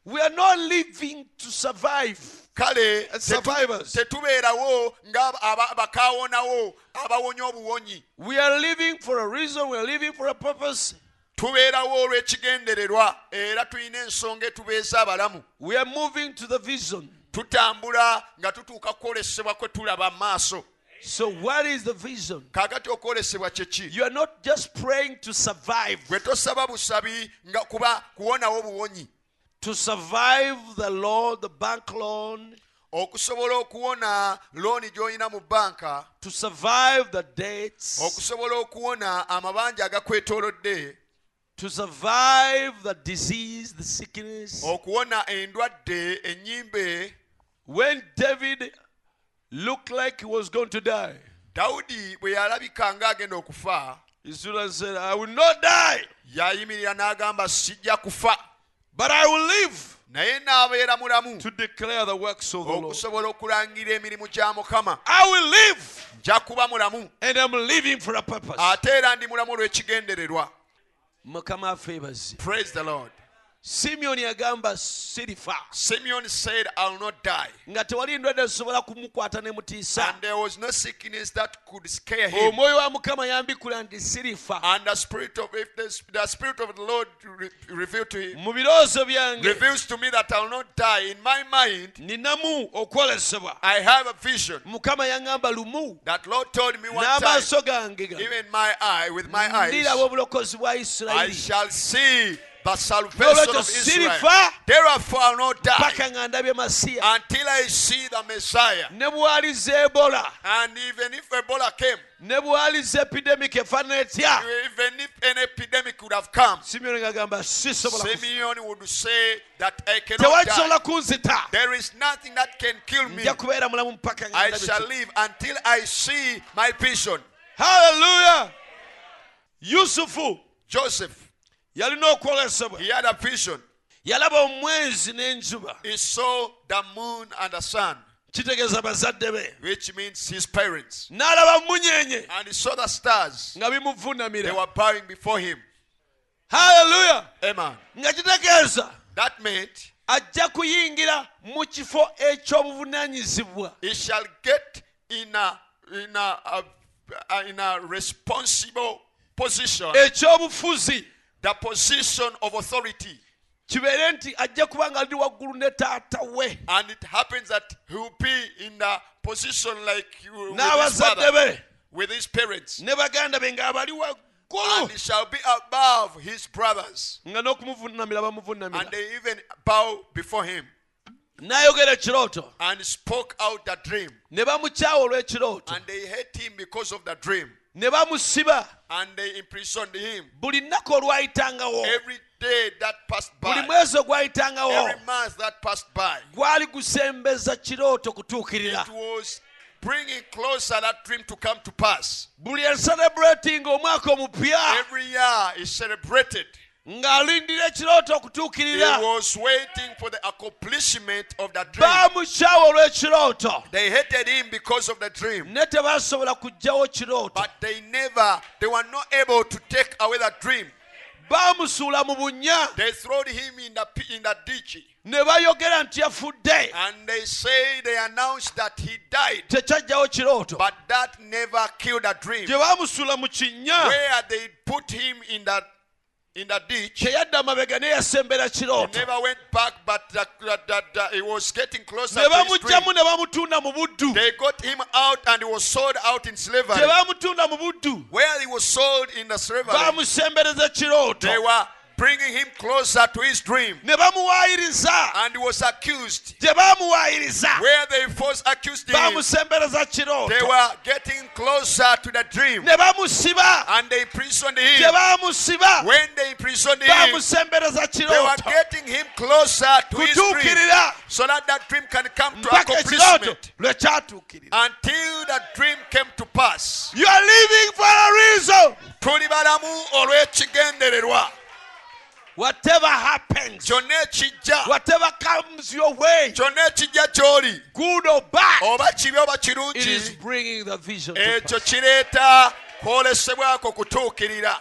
We are not living to survive kale as tetu- survivors. tetubeerawo ng'abakaawonawo abawonya obuwonyi We are living for a reason, we are living for a purpose. tubeerawo olw'ekigendererwa era tulina ensonga etubeeza abalamu We are moving to the vision. tutambula nga tutuuka kukolesebwa kwe tulaba mu maaso So, what is the vision? kaakati okwolesebwa kyeki You are not just praying to survive, gwe tosaba busabi nga kuba kuwonawo obuwonyi to survive the loan, the bank loan, okusobola okuwona looni gy'olina mu bbanka to survive the debts, okusobola okuwona amabanja agakwetoolodde to survive the disease, the sickness. okuwona endwadde ennyimbe When David looked like he was going to die, dawudi bwe yalabika ng'agenda okufa his children said, I will not die, yayimirira n'agamba sijja kufa but I will live naye n'abeera mulamu to declare the works of the Lord. okusobola okulangira emirimu gya mukama I will live, nja kuba mulamu and I'm living for a purpose. ate era ndi mulamu olw'ekigendererwa Mukama favors. praise the lord Simeon yagamba sirifa simeon said i'll not die nga tewali endwadde zisobola kumukwata ne mutiisa and there was no sickness that could scare him omwoyo wa mukama yambikula nti sirifa and the spirit of if the, the spirit of the lord re, revealed to him mu birowoozo byange reveals to me that i'll not die in my mind ninamu okwolesebwa i have a vision mukama yaŋŋamba lumu that lord told me one time n'amaaso gange ga- even my eye with my ndiraba eyes obulokozi bwa i isirayiri shall see the salvation of Nolwekyo israel sirifa. therefore i'll not die paka nga ndabye masiya until i see the messiah ne bwaliza ebola and even if ebola came ne bwaliza epidemic e efaanana etya even if an epidemic would have come simyoni ngagamba sisobola kufa. simeon would say that i cannot die tewakisobola kunzita there is nothing that can kill me nja kubeera mulamu mpaka nga I ndabye shall live until I see my vision. haleluya yusufu Joseph, yalina okwolesebwa he had a vision. yalaba omwezi n'enjuba He saw the moon and the sun, kitegeeza bazadde be which means his parents. n'alaba munyenye And he saw the stars. nga They bimuvuunamira were bowing before him. haleluya Amen. nga kitegeeza That meant ajja kuyingira mu kifo eky'obuvunaanyizibwa he shall get in a in a, a in a responsible position, eky'obufuzi the position of authority. kibeere nti ajja kuba nga ndi waggulu ne taata we And it happens that he will be in the position like you with his, n'abazadde father, be with his parents. ne baganda be ng'abali and waggulu he shall be above his brothers, nga n'okumuvuunamira and bamuvuunamira they even bow before him. n'ayogera ekirooto and spoke out the dream. ne bamukyawa olw'ekirooto And they hate him because of the dream. ne bamusiba And they imprisoned him. buli nnaku olwayitangawo Every day that passed buli by, mwezi ogwayitangawo every month that passed by, gwali gusembeza kirooto it kutuukirira was bringing closer that dream to come to pass. buli yaserebrating omwaka omupya Every year is celebrated. ng'alindira ekirooto He okutuukirira was waiting for the accomplishment of the dream. baamukyawa olw'ekirooto They hated him because of the dream. ne tebasobola kuggyawo kirooto But they never, they were not able to take away that dream. baamusuula mu bunnya They throwed him in the, pi- in the ditch. ne bayogera nti yafudde And they say they announced that he died. tekyajjawo kirooto But that never killed the dream. gye baamusuula mu kinnya Where they put him in that in the ditch, kye yadda amabega ne yasembera he kirooto never went back, but that, that, that, that he was getting closer ne to his dream. bamuggyamu ne bamutunda mu buddu They got him out and he was sold out in slavery. gye baamutunda mu buddu Where he was sold in the slavery, baamusembereza kirooto they were bringing him closer to his dream. ne bamuwaayiriza And he was accused. gye baamuwaayiriza Where they first accused him, baamusembereza they kirooto were getting closer to the dream. ne bamusiba And they imprisoned gye him. baamusiba When they imprisoned him, baamusembereza They were kirooto getting him closer to his dream kutuukirira so that that dream can come to mpaka ekirooto accomplishment lwe kyatuukirira until that dream came to pass. You are living for a reason. Tuli balamu olw'ekigendererwa Whatever happens, kyonna ekijja whatever comes your way, kyonna ekijja gy'oli good or bad, oba kibi oba it is kirungi bringing the vision. To ekyo pass. kireeta kwolesebwako kutuukirira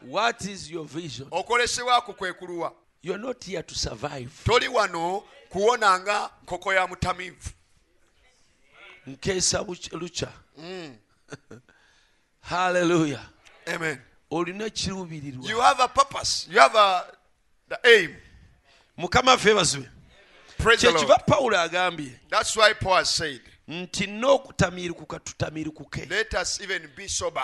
What is your vision? Oh. okwolesebwako kwe kuluwa You're not here to survive. toli wano kuwona nga nkoko ya mutamivu Nkesa Luch- Lucha. Mm. Hallelujah. amen olina ekiruubirirwa you have a purpose you have a, the aim mukama ffe bazibe praise the lord kyekiva pawulo agambye That's why Paul has said, nti n'okutamiirukuka tutamiirukuke Let us even be sober.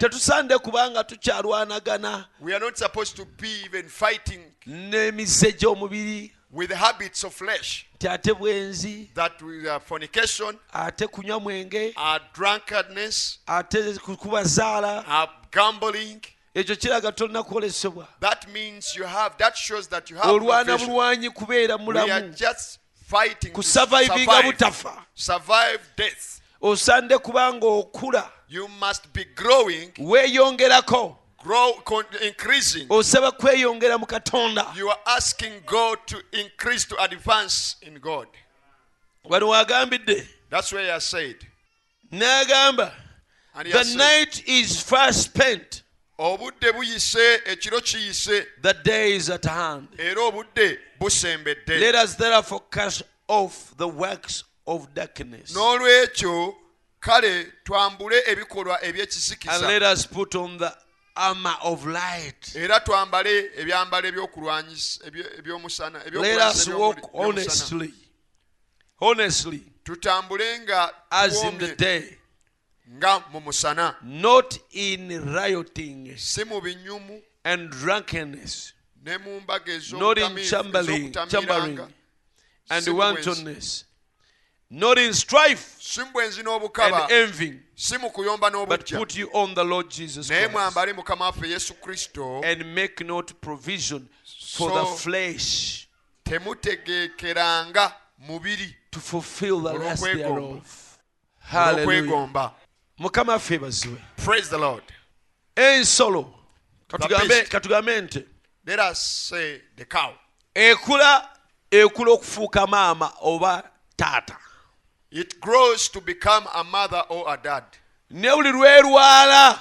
tetusande kubanga tukyalwanagana We are not supposed to be even fighting n'emize gy'omubiri with the habits of flesh, nti ate bwenzi that we are fornication, ate kunywa mwenge our drunkenness, ate kubazaala our gambling. ekyo kiraga tolina kukolesebwa That means you have, that shows that you have olwana confession. bulwanyi kubeera We are mulamu just fighting to kusavaivinga survive, butafa survive death. osande kubanga okula You must be growing, weeyongerako grow, con- increasing. osaba kweyongera mu katonda You are asking God to increase, to advance in God. wano wagambidde That's why I said. n'agamba And he the has said- night is fast spent obudde buyise ekiro kiyise the day is at hand era obudde busembedde let us therefore cast off the works of darkness n'olwekyo kale twambule ebikolwa and eby'ekizikiza let us put on the armor of light era twambale ebyambalo ebyokulwanyisa ebyo- ebyomusana let us ebyokulwanyisa walk ebyomuli- ebyomusana. honestly honestly tutambule nga as in the tuwomye day nga mu musana not in rioting si mu binyumu and drunkenness ne mu mbaga not in ez'obutamiivu, chambering, chambering ez'okutamiranga, and si mu bwenzi. wantonness not in strife si mu bwenzi and n'obukaba envy si mu kuyomba but n'obujja put you on the lord jesus naye Christ. mwambale mukama waffe yesu kristo and make not provision for the So- flesh temutegekeranga mubiri to fulfill the lust Olw'okwegomba. thereof. Hallelujah. olwokwegomba Mukama ffe baziwe. praise the lord Ensolo katugambe beast. katugambe nti let us say the cow ekula ekula okufuuka maama oba taata. it grows to become a mother or a dad Ne buli lwerwala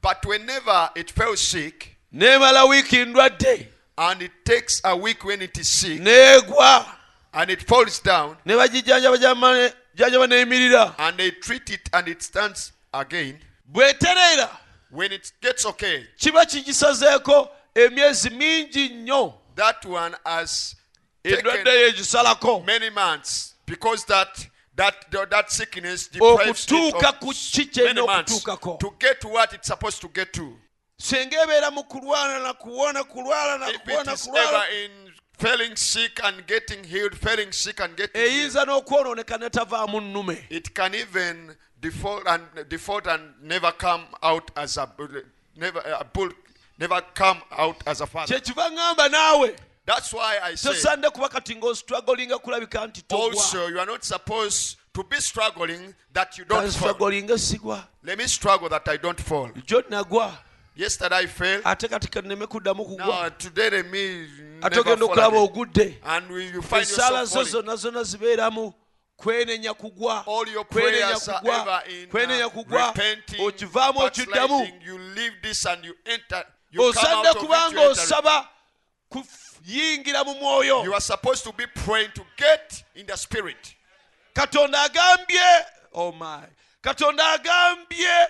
but whenever it feels sick neemala wiiki ndwadde and it takes a week when it is sick neegwa and it falls down ne bagijanjaba gyama- janjaba neeyimirira and they treat it and it stands again bwetereera when it gets okay kiba kigisazeeko emyezi mingi nnyo that one has endwadde taken yo egisalako many months because that that that sickness deprives it okutuuka of ku ki many kyena months okutuukako to get to what it's supposed to get to. singa ebeera mu kulwana na kuwona kulwala na If kuwona it is ever kulwala in Failing sick and getting healed, failing sick and getting healed. eyinza n'okwonooneka netavaamu nnume It can even default and default and never come out as a bull- never a bull, never come out as a father. kyekiva ŋŋamba naawe That's why I say. Oh, tosaanidde kuba kati ng'ositwagolinga kulabika nti togwa Also, you are not supposed to be struggling that you don't fall. nsitwagolinga sigwa Let me struggle that I don't fall. jo nagwa Yesterday I failed. ate kati kaneme kuddamu Now kugwa today let me ate never ogenda fall okulaba again. ogudde And we, you find esaala yourself zo falling. zonna zonna zibeeramu kwenenya kugwa All your kwenenya prayers are kugwa ever in kwenenya uh, kugwa repenting, okivaamu okiddamu backsliding. You leave this and you enter. You come out osadde of it, kubanga you enter. osaba kuyingira mu You mwoyo are supposed to be praying to get in the spirit. katonda agambye oh my katonda agambye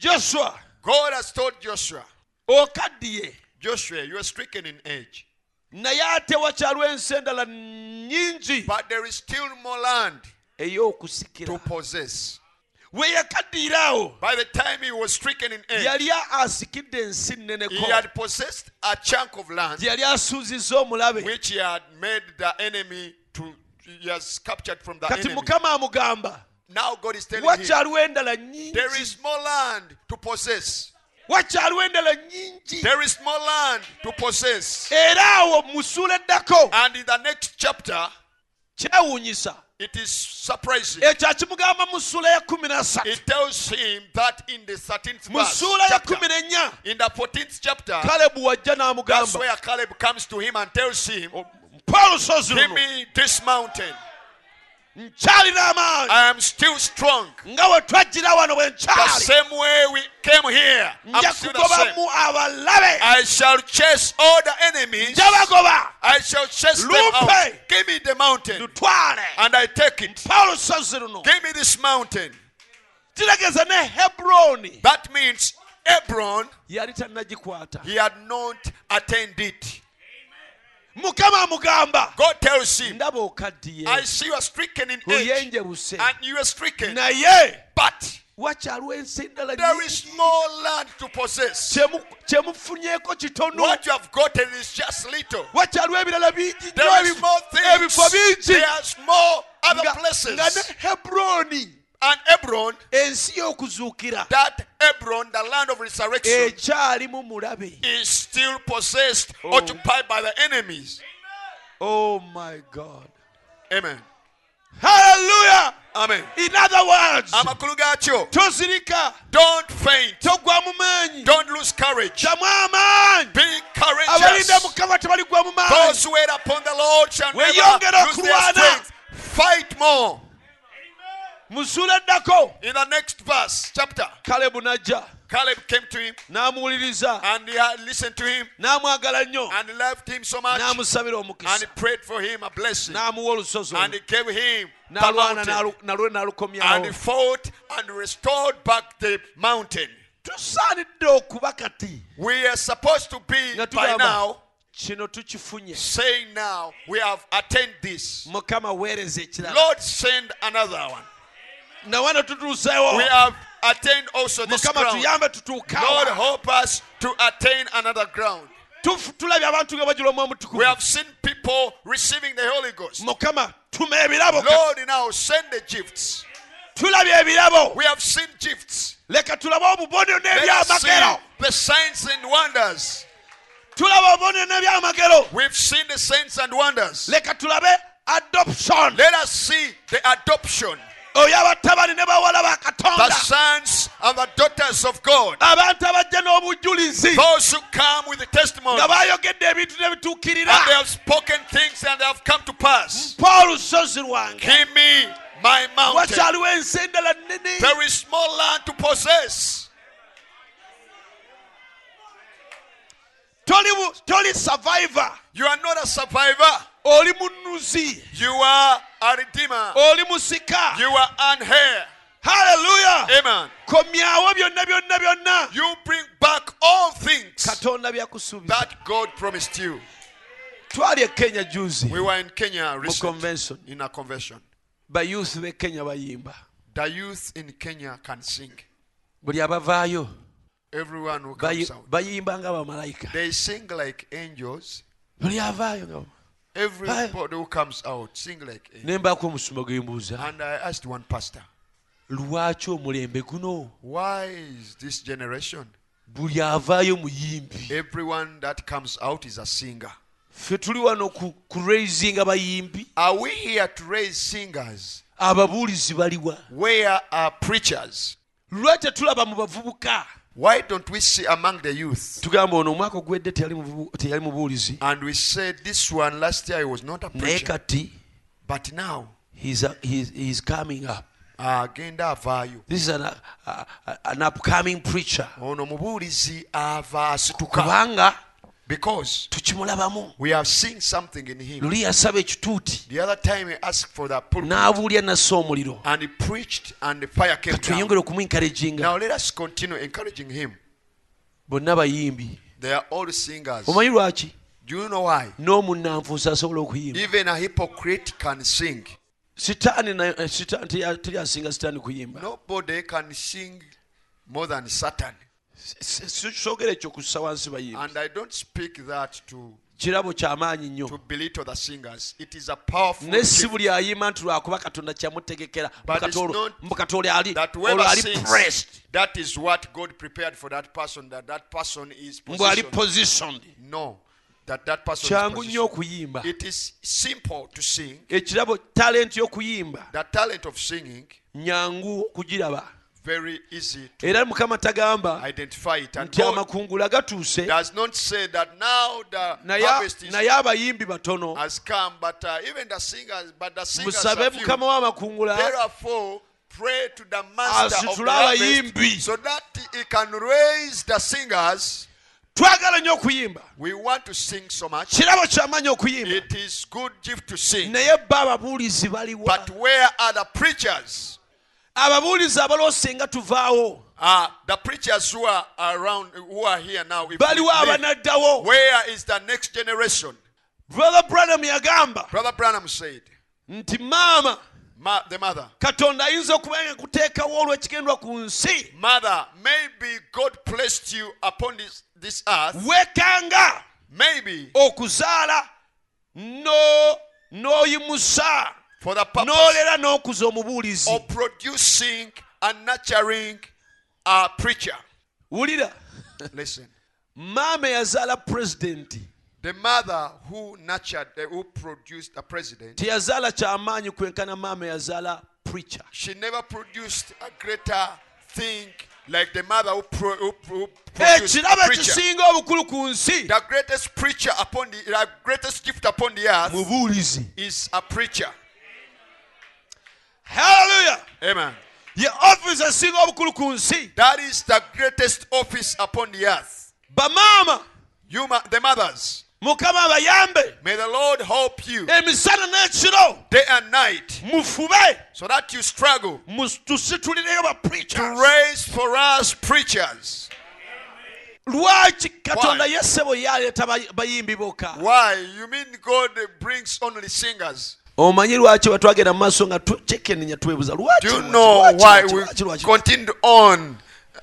joswa God has told Joshua, okaddiye Joshua, you are stricken in age, naye ate wakyaliwo ensi endala nnyingi but there is still more land to ey'okusikira possess. we yakaddiiraawo By the time he was stricken in age, yali asikidde ensi he nneneko had possessed a chunk of land gye yali asuuzizza omulabe which he had made the enemy to, he has captured from the kati enemy. mukama amugamba Now God is telling him, wakyaliwo endala there nyingi is more land to possess. wakyaliwo endala nyingi There is more land to possess. era awo musuula eddako And in the next chapter, kyewuunyisa it is surprising. ekyo akimugamba mu ssuula ya kumi nasatu It tells him that in the 13th mu verse, ssuula ya chapter, kumi n'ennya in the 14th chapter, kalebu wajja that's n'amugamba where Caleb comes to him and tells him, Oh, mpa olusozi Give luno me this mountain. nkyalina amaanyi I am still strong. nga bwe twajjira wano bwe The nkyali same way we came here, nja I'm still the same. kugobamu abalabe I shall chase all the enemies. nja bagoba I shall chase them Lupe. out. Give me the mountain, dutwale and I take it. mpa olusozi luno Give me this mountain. kiregeza ne heburoni That means Hebron, yali tannagikwata he had not attained it. mukama amugamba God tells him, ndaba I okaddiye see you are stricken in age, oyenjebuse and you are stricken, naye but wakyaliwo ensi endala there nyingi. is no land to possess. Kyemu- kyemufunyeeko kitono What you have gotten is just little. wakyaliwo ebirala bingi nnyo There is ebi- more ebifo things. bingi There's more other Nga- places. nga ne heburoni And Hebron, ensi y'okuzuukira that Hebron, the land of resurrection, ekyalimu mulabe is still possessed, Oh. occupied by the enemies. oh my god Amen. haleluya Amen. in other words Amakulu gaakyo, tozirika Don't faint. togwamu maanyi Don't lose courage. kyamu amaanyi Be abalinda courageous. mukama tebaligwamu maanyi Those who wait upon the Lord shall never Weeyongera lose their okulwana. strength. Fight more. musula eddako In the next verse, chapter, kalebu n'ajja Caleb came to him n'amuwuliriza and he had listened to him n'amwagala nnyo and loved him so much n'amusabira and omukisa prayed for him a blessing. n'amuwa olusozi And he gave him the n'alwana mountain. n'alu- nalwe And he n'alukomyawo fought and restored back the mountain. tusaanidde okuba kati We are supposed to be nga by tugamba now kino tukifunye saying now we have attained this. mukama weereza ekirala Lord send another one. nawano tutuusewo We have attained also this Oh. mukama ground. tuyambe Lord, tutuukawa help us to attain another ground. tulabye abantu nga bajula omwoyo We omutukuvu have seen people receiving the Holy Ghost. mukama tuma ebirabo Lord, now send the gifts. tulabye ebirabo We have seen gifts. leka tulabe obubonero Let us see n'ebyamagero the signs and wonders. tulaba obubonero n'ebyamagero We've seen the signs and wonders. leka tulabe adoption Let us see the adoption, oyo abatabani ne bawala ba the katonda sons and the daughters of God. abantu abajja n'obujulizi Those who come with the testimony nga and bayogedde ebintu ne bituukirira they have spoken things and they have come to pass. mpa olusozi lwange Give me my mountain. wakyaliwo ensi endala nnene There is more land to possess. toli bu- toli survivor You are not a survivor. oli munuzi You are a redeemer. oli musika You are an heir. haleluya Amen. komyawo byonna byonna byonna You bring back all things katonda byakusuubiza that God promised you. twali e kenya juzi We were in Kenya mu recently convention in a convention. bayuuthi b'e kenya bayimba The youth in Kenya can sing. buli abavaayo Everyone who bayi- comes out. bayimba nga bamalayika They sing like angels. buli avaayo nga Everybody who comes out sing like a. ne mbaako omusumba gwe mbuuza And I asked one pastor, lwaki omulembe guno why is this generation buli avaayo muyimbi everyone that comes out is a singer? ffe tuli wano ku ku raisinga bayimbi Are we here to raise singers? ababuulizi baliwa Where are preachers? lwaki tetulaba mu bavubuka Why don't we see among the youth? tugamba ono omwaka ogwedde teyali muvubu- teyali mubuulizi And we said this one last year he was not a naye preacher, kati but now he's a- he's- he's coming up agenda avaayo. this is an, uh, uh, an upcoming preacher Ono mubuulizi ava asituka kubanga because tukimulabamu we have seen something in him. luli yasaba ekituuti The other time he asked for the pulpit n'abuulya nassa omuliro and he preached and the fire came down. tweyongere okumuenkaraginga Now let us continue encouraging him. bonna bayimbi They are all singers. omanyi lwaki Do you know why? n'omunnanfuusi asobola okuyimba Even a hypocrite can sing. sitaani na- eh, sitaani teya- teryasinga sitaani kuyimba Nobody can sing more than Satan. S- s- sogera ekyo kussa wansi bayimbi And I don't speak that to, kirabo kyamaanyi to nnyo belittle the singers. It is a powerful ne si gift buli ayimba nti lwakuba katonda kyamutegekera But it's not mukati oli ali that olwo whoever ali sings, pressed that is what God prepared for that person, that that person is mbwe ali positioned. positioned No, that that person is kyangu nnyo positioned. okuyimba It is simple to sing. ekirabo talenti y'okuyimba The talent of singing, nyangu okugiraba very easy to era mukama tagamba identify it. And nti God amakungula gatuuse does not say that now the naye- harvest is naye abayimbi batono has come, but uh, even the singers, but the singers musabe are few. mukama w'amakungula Therefore, pray to the master of the Asitule abayimbi. harvest so that he can raise the singers. twagala nnyo okuyimba We want to sing so much. kirabo kyamaanyi okuyimba It is good gift to sing. naye bba ababuulizi baliwa But where are the preachers? ababuulizi abaloosinga tuvaawo Uh, the preachers who are around, who are here now. if we baliwo leave, abanaddawo Where is the next generation? brother branham yagamba Brother Branham said, nti maama ma- the mother, katonda ayinza okuba nga kuteekawo olw'ekigendwa ku nsi Mother, maybe God placed you upon this, this earth. weekanga Maybe okuzaala no n'oyimusa for the purpose n'olera n'okuza omubuulizi of producing and nurturing a preacher. wulira Listen, maama eyazaala pulezidenti the mother who nurtured, uh, who produced a president, teyazaala kyamaanyi kwenkana maama eyazaala preacher she never produced a greater thing like the mother who, pro, who, who produced ekirabo a preacher. ekisinga obukulu ku nsi The greatest preacher upon the, the greatest gift upon the earth mubuulizi is a preacher. haleluya Amen. ye ofisi esinga obukulu ku nsi That is the greatest office upon the earth. bamaama You, ma- the mothers, mukama abayambe may the Lord help you emisana n'ekiro day and night mufube so that you struggle mu- tusitulireyo ba preachers. raise for us preachers. lwaki katonda Why? yesebo yaleeta bayi- bayimbi bokka Why? You mean God brings only singers? omanyi lwaki batwagenda mu maaso nga cekenenya twebuza Do you know why we lwaki continued on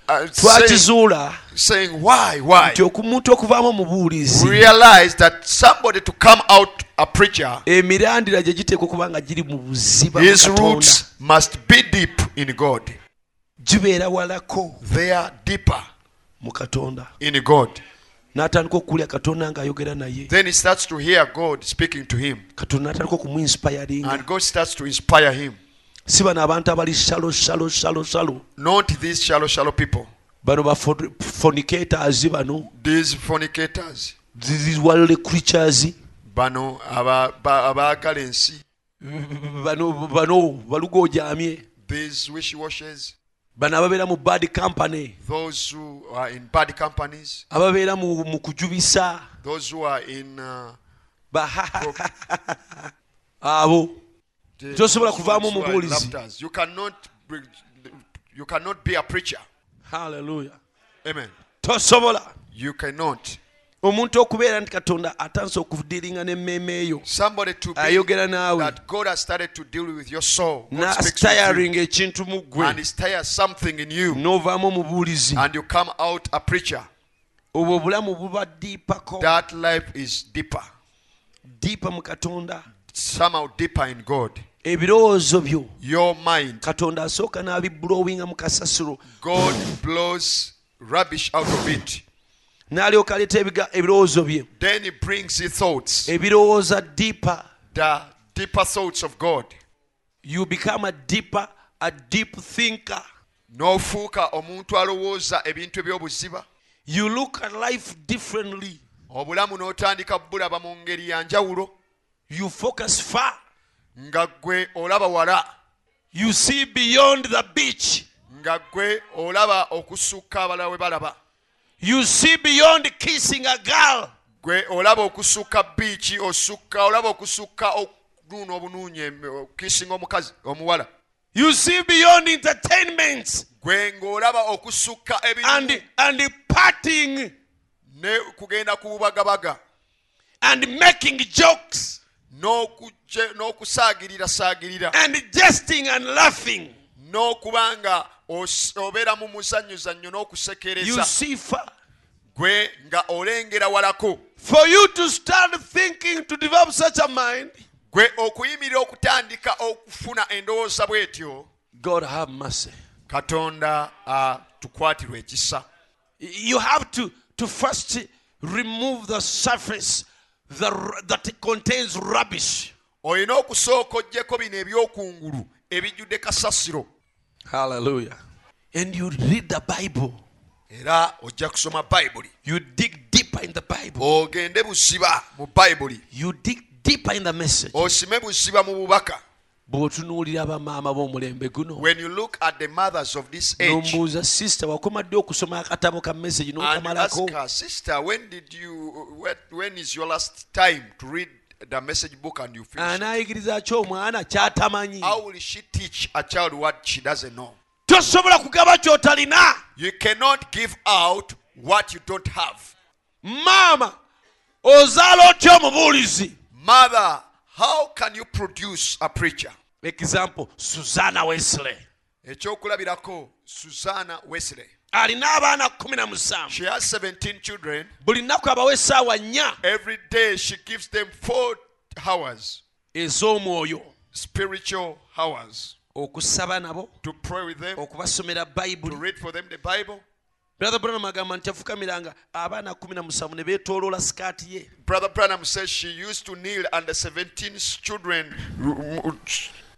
uh, saying, twakizuula saying why, why? nti omuntu okuvaamu omubuulizi Realize that somebody to come out a preacher, emirandira gye giteekwa okuba nga giri mu buziba his mu Katonda. roots must be deep in God. gibeera walako They are deeper mu katonda in God. n'atandika okukulya katonda ng'ayogera naye Then he starts to hear God speaking to him, katonda n'atandika okumuinsipayaringa and God starts to inspire him. si bano abantu abali shalo shalo shalo shalo Not these shallow, shallow people, bano ba for- fornicators bano these fornicators, these worldly creatures bano aba- ba- abaagala ensi. bano bano balugo ojamye these wish washes, bano ababeera mu bad company those who are in bad companies, ababeera mu, mu kujubisa those who are in. Uh, bahaha abo the- Tosobola those kuvaamu who are in omubuulizi. laughters. You cannot, bring- you cannot be a preacher. haleluya Amen. tosobola You cannot. omuntu okubeera nti katonda atandise okudiringa n'emmeeme eyo Somebody to be ayogera naawe that God has started to deal with your soul. God speaks with you, n'asitayaringa ekintu mu and ggwe He's tired something in you, n'ovaamu omubuulizi and you come out a preacher. obwo obulamu buba diipako That life is deeper. diipa mu katonda somehow deeper in god ebirowoozo byo your mind katonda asooka n'abibulowinga mu kasasiro god blows rubbish out of it n'alyoka aleeta ebiga- ebirowoozo bye then he brings you thoughts ebirowooza diipa the deeper thoughts of god you become a deeper a deep thinker n'ofuuka omuntu alowooza ebintu eby'obuziba you look at life differently obulamu n'otandika bulaba mu ngeri ya njawulo you focus far nga ggwe olaba wala you see beyond the beach nga ggwe olaba okusukka abalala we balaba you see beyond kissing a girl gwe olaba okusukka biiki osukka olaba okusukka okunuuna obunuunyi em- okisinga omukazi omuwala you see beyond entertainments gwe ng'olaba okusukka and ebintu and partying ne kugenda ku bubagabaga and making jokes n'okuje- n'okusaagirira saagirira and jesting and laughing n'okuba nga os- obeera mu muzannyozannyo you n'okusekereza see far gwe nga olengera walako for you to start thinking to develop such a mind gwe okuyimirira okutandika okufuna endowooza bw'etyo god have mercy katonda atukwatirwa ekisa you have to to first remove the surface the, r- that contains rubbish olina okusooka ogyeko bino ebyokungulu ebijjudde kasasiro hallelujah and you read the bible era ojja kusoma bayibuli you dig deeper in the bible ogende buziba mu bayibuli you dig deeper in the message osime buziba mu bubaka bw'otunuulira bamaama b'omulembe guno when you look at the mothers of this age nombuuza sisita wakomadde okusoma akatabo ka message and you ask n'okamalako her sister when did you when, when is your last time to read the message book and you finish it? anaayigiriza ki omwana ky'atamanyi how will she teach a child what she doesn't know tosobola kugaba ky'otalina you cannot give out what you don't have maama ozaala otya omubuulizi mother how can you produce a preacher example suzana wesley ekyokulabirako susanna wesley alina abaana kumi na musanvu she has 17 children buli nnaku abawa essaawa nnya every day she gives them four hours ez'omwoyo spiritual hours okusaba nabo to pray with them okubasomera to bayibuli read for them the bible brother branam agamba nti yafukamiranga abaana kumi na musanvu ne beetooloola sikaati ye brother branham says she used to kneel and the 17 children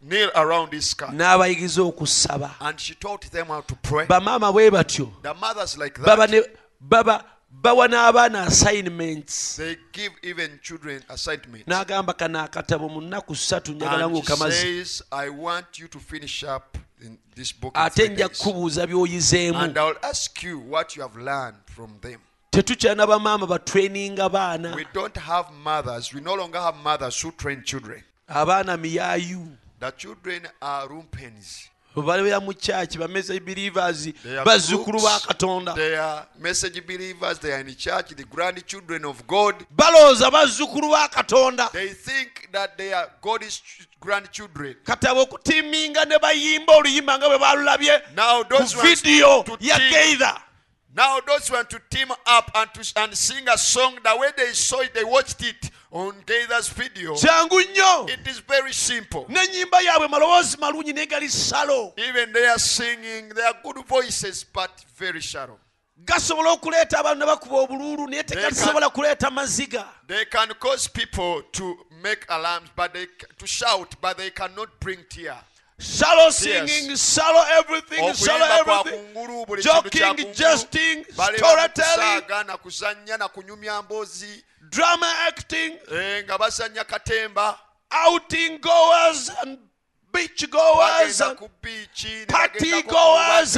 kneel around his car n'abayigiriza okusaba and she taught them how to pray bamaama bwe batyo the mothers like baba that ne baba bawa n'abaana assignments they give even children assignment n'agamba kano akatabo mu nnaku ssatu njagala and she ng'okamazi says i want you to finish up in this book in ate three nja days. kukubuuza And by'oyizeemu I'll ask you what you have learned from them. tetukyana bamaama batweninga baana We don't have mothers. We no longer have mothers who train children. abaana miyaayu The children are rumpens. babeera mu kyaki bamessage believers They are bazzukulu ba crooks. katonda They are message believers. They are in church, the grandchildren of God. balowooza bazzukulu ba katonda They think that they are God's ch- grandchildren. kataba okutiminga ne bayimba oluyimba nga bwe balulabye Now ku those ones vidiyo to ya team- geitha now those want to team up and to and sing a song the way they saw it, they watched it on Gaither's video. kyangu nnyo It is very simple. n'ennyimba yaabwe malowoozi malungi naye gali salo Even they are singing, they are good voices, but very shallow. gasobola okuleeta abantu ne bakuba obululu naye They tegasobola kuleeta maziga They can cause people to make alarms, but they c- to shout, but they cannot bring tear. salo singing salo everything salo Okuyimba kwa everything kungulu buli kintu kya joking jesting kungulu. Balema storytelling kusaaga na kuzannya na kunyumya mbozi drama acting eh, nga bazannya katemba outing goers and beach goers bagenda and ku biiki party goers.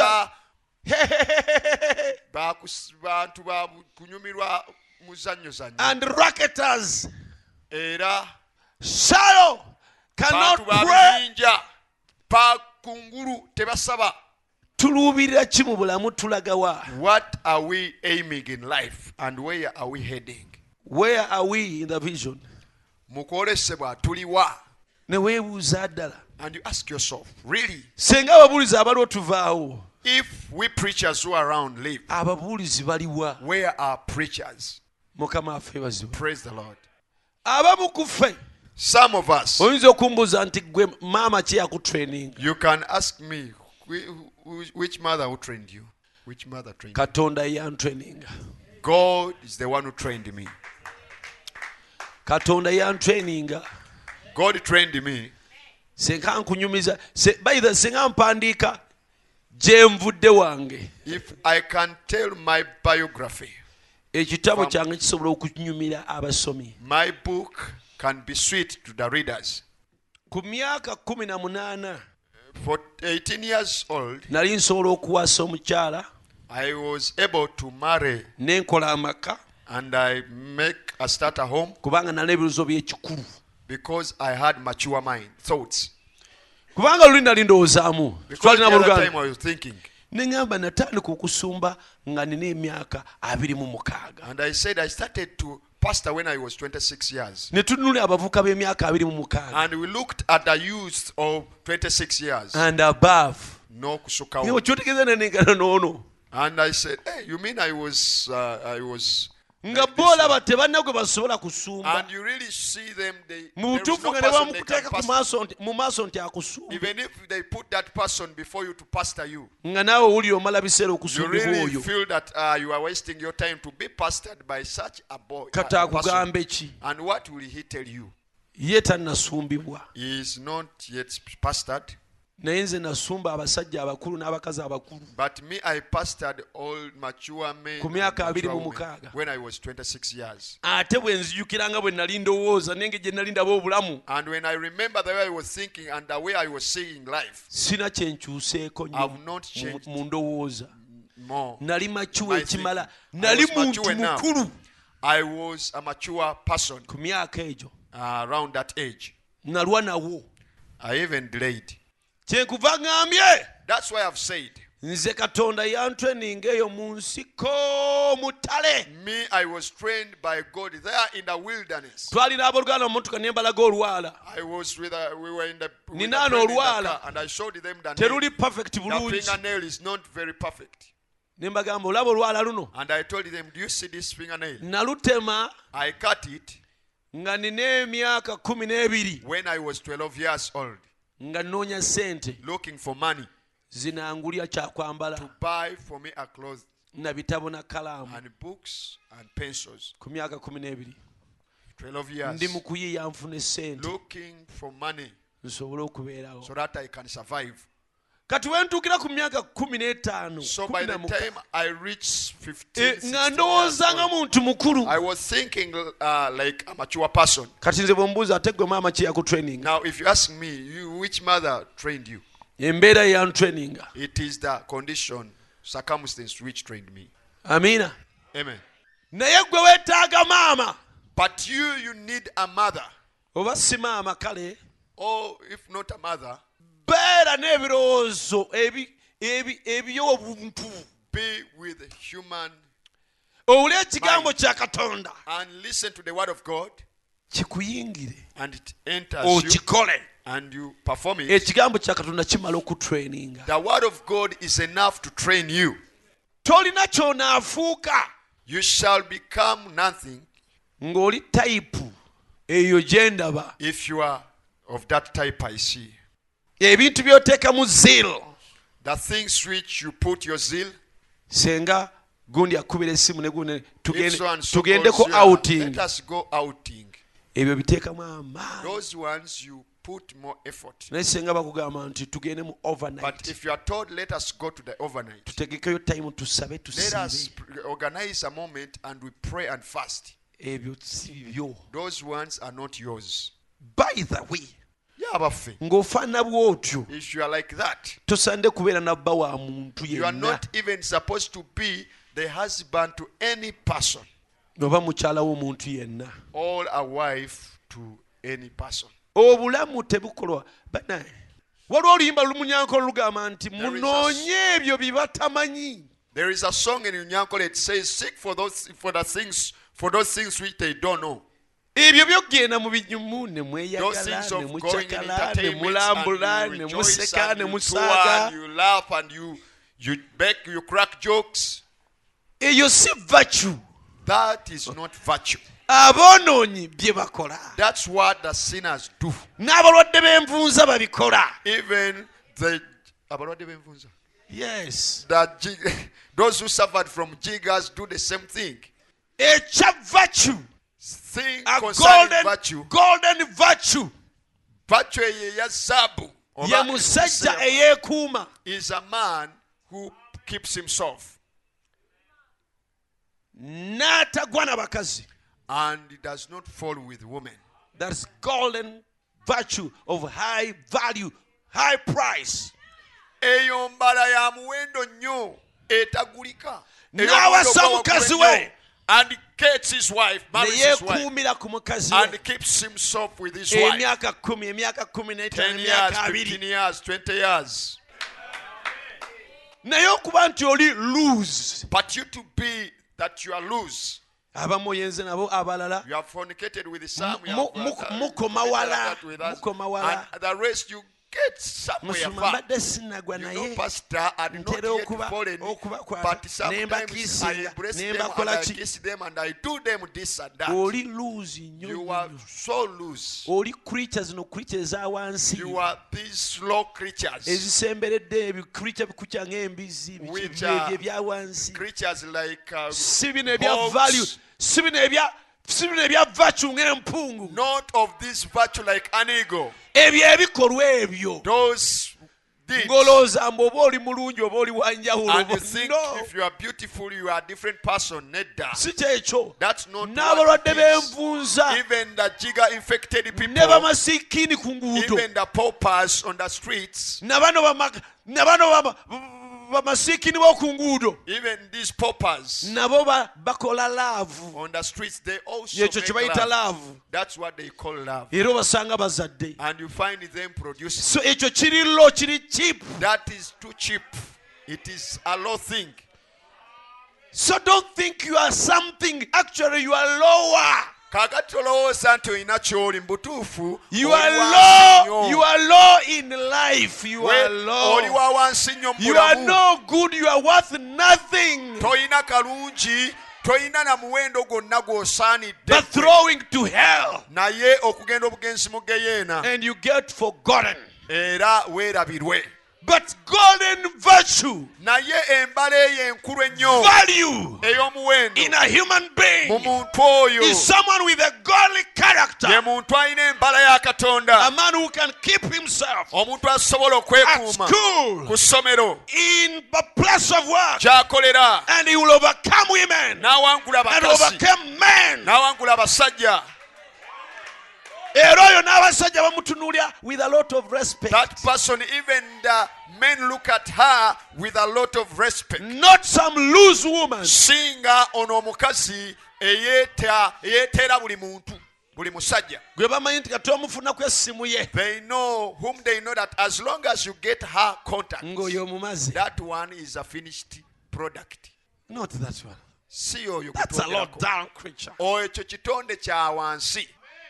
bantu ba bu- kunyumirwa muzannyo zannya and racketers. era Shallow bantu cannot ba pray. bibinja bakungulu tebasaba tuluubirira ki mu bulamu tulaga wa What are we aiming in life and where are we heading? where are we in the vision Mu kwolesebwa tuliwa. ne weebuuza ddala And you ask yourself, really, singa ababuulizi abaliwo tuvaawo if we preachers who are around live, ababuulizi baliwa where are preachers? mukama affe bazibu Praise the Lord. abamu ku ffe some of us oyinza okumbuuza nti gwe maama ki yakutraininga you can ask me "Wh- wh- which mother who trained you which mother trained you? katonda ye yantraininga god is the one who trained me katonda yantraininga god trained me senka nkunyumiza se- baitha senga mpandiika gye nvudde wange if i can tell my biography ekitabo kyange kisobola okunyumira abasomi my book can be sweet to the readers ku myaka kumi na munaana for 18 years old nali nsobola okuwasa omukyala i was able to marry ne nkola amaka and i make a start a home kubanga nalina ebirozo by'ekikulu because i had mature mind thoughts kubanga luli nali ndowoozaamu because the twalina other time abooluganda i was thinking ne ŋŋamba natandika okusumba nga nina emyaka abiri mu mukaaga and i said i started to pastor when i was 26 years ne tununula abavubuka b'emyaka abiri mu mukaaga and we looked at the youth of 26 years and above no kusuka wo. okyotegeeza nenengana noono and i said hey you mean i was uh, i was nga bo olaba tebanna gwe basobola kusumba and you really see them they mu there is butuufu no nga ne person they can bamukuteeka ku pastor. maaso nti- mu maaso nti akusumba even if they put that person before you to pastor you nga naawe wulira omala biseera you okusumibwa really oyo feel that uh, you are wasting your time to be pastored by such a boy a kata person. akugamba eki and what will he tell you ye tannasumbibwa he is not yet pastored naye nze nasumba abasajja abakulu n'abakazi abakulu But me, I pastored all mature men Ku and myaka abiri mature mu women mukaaga. when I was 26 years. ate bwe nzijukira nga bwe nali ndowooza nenge gye nali ndaba obulamu And when I remember the way I was thinking and the way I was seeing life sina kye nkyuseeko nnyo I've not mu- changed. mu ndowooza more, nali makiwa My ekimala thinking. I nali was muntu mature enough. mukulu I was a mature person ku myaka egyo uh, around that age. nalwa nawo I even delayed. kyenkuva ŋŋambye That's why I've said, nze katonda yantreninga eyo mu nsiko mutale me, I was trained by God there in the wilderness. twalina abooluganda mumotoka ne mbalaga olwala I was with, a, we were in the, with a Ninaano friend in the olwala. car and I showed them the nail. teruli perfect The bulungi fingernail is not very perfect. ne mbagamba olaba olwala luno And I told them, do you see this fingernail? nalutema I cut it nga nina emyaka kumi n'ebiri when I was 12 years old, nga nnoonya ssente looking for money zinangulya to kyakwambala buy for me a clothes na bitabo na kalaamu and books and pencils. ku myaka kumi n'ebiri 12 ndi years mu kuyiiya nfuna essente looking for money nsobole okubeerawo so that I can survive. kati we ntuukira ku myaka kumi n'etaano So kumi by na the muka- time I reached 15, Eh, 16 nga years ndowoozanga old, muntu mukulu I was thinking uh, like a mature person. kati nze bwembuuza ate gwe maama ki yakutraininga Now, if you ask me, you, which mother trained you? embeera yeyantraininga It is the condition, circumstance which trained me. amiina Amen. naye gwe weetaaga maama But you, you need a mother. oba si maama kale Or if not a mother, beera n'ebirowoozo ebi- ebi- eby'obuntu be with human owule ekigambo kya katonda and listen to the word of God kikuyingire and it enters Oh, you okikole and you perform it. ekigambo kya katonda kimala okutraininga The word of God is enough to train you. tolina kyonaafuuka You shall become nothing ng'oli tayipu eyo gye ndaba if you are of that type I see. ebintu by'oteekamu ziiro The things which you put your zeal, senga gundi akubira esimu ne gundi if tugende- so and so tugendeko goes, yeah, outing let us go outing. ebyo biteekamu amaanyi Those ones you put more effort. naye senga bakugamba nti tugende mu But overnight if you are told, let us go to the overnight. tutegekeyo time tusabe Let us tusibe pr- organize a moment and we pray and fast. ebyo si byo Those ones are not yours. by the way Yabafe. ng'ofaana bw'otyo If you are like that, tosande kubeera nabba wa muntu you are yenna not even supposed to be the husband to any person oba mukyala w'omuntu yenna or a wife to any person. obulamu tebukolwa bana waliwo oluyimba lumunyankolo lugamba nti munoonye ebyo bye batamanyi There is a song in Unyankole it says, "Seek for those for the things for those things which they don't know." ebyo byogenda mu binyumu ne Those mweyagala things ne of going in mucakala ne entertainment mulambula and ne you rejoice museka and ne you tour and musaaga you laugh and you you beg, you crack jokes. eyo si vacu That is not virtue. aboonoonyi bye bakola That's what the sinners do. n'abalwadde b'envunza babikola Even the abalwadde b'envunza. yes The jig- those who suffered from jiggers do the same thing. ekya virtue Thing a concerning golden virtue. golden virtue Virtue eyo eya zaabu ye oba musajja eya- eyeekuuma is a man who keeps himself n'atagwa na bakazi and does not fall with women. that's golden virtue of high value high price eyo mbala ya muwendo nnyo etagulika N'awasa mukazi we. and gets his wife, marries his wife, neyekuumira ku mukazi we and keeps himself with his wife. emyaka Eh, kumi emyaka kumi n'etaano 10 years, emyaka 15 abiri years, 20 years. naye okuba nti oli lose But you to be that you are loose. abamu oyenze nabo abalala You have fornicated with some. you Mu- have, uh, mu- uh, mukoma committed wala, that with us, mukoma wala. And the rest you get somewhere musuma far. mbadde sinagwa You know, naye pastor, and not ntera yet okuba- fallen, okubakwata, but ne sometimes I mbakiisinga, embrace ne them and mbakola I ki? kiss them and I do them this and that. oli lose nnyo You are nnyo. so loose. oli creature zino creature eza wansi You are these slow creatures. ezisemberedde ebicreature bikuca ng'embizi biki- Which bye- are- bye bya wansi uh, Creatures like uh, si bino ebya hogs. value si bino ebya si bino ebya vacu ng'empungu not of this virtue like an eagle. ebyo ebikolwa ebyo Those deeds. ng'olowooza mbu oba oli mulungi oba oli And wanjawulo you think no if you are beautiful, you are a different person. Neda. si kyekyo That's not what n'abalwadde it is. b'envunza Even the jigger infected people, ne bamasikiini ku nguudo even the paupers on the streets, na bano bama- na bano bama- bamasikiini b'oku nguudo even these paupers nabo ba- bakola laavu on the streets, they also ekyo kye make bayita love. laavu That's what they call love. era obasanga bazadde And you find them producing. so ekyo kiri lo kiri cheap That is too cheap. It is a low thing. so don't think you are something actually you are lower kaakati tolowooza nti olina ky'oli mu butuufu you oli are wansi low nnyo. you are low in life you We- are oli low wa wansi nnyo mu you are bulamu. no good you are worth nothing toyina kalungi toyina na muwendo gwonna gw'osaanidde but throwing to hell naye okugenda obugenzi mu geyeena and you get forgotten era weerabirwe but golden virtue naye embala eyo enkulu ennyo value ey'omuwendo in a human mu being muntu oyo is someone with a godly ye character muntu alina embala ya a katonda man who can keep himself omuntu asobola at okwekuuma school Oh, ku ssomero in the place of work gy'akolera and he will overcome women n'awangula and bakazi overcome men n'awangula abasajja era oyo n'abasajja bamutunuulya with a lot of respect that person even the men look at her with a lot of respect not some loose woman singa ono omukazi eyeeta- eyeeteera buli muntu buli musajja gwe bamanyi nti kati omufunaku essimu ye they know whom they know that as long as you get her contact ng'oyo omumazi that one is a finished product not that one si oyo that's a low gutonderako. down creature ekyo kitonde kya wansi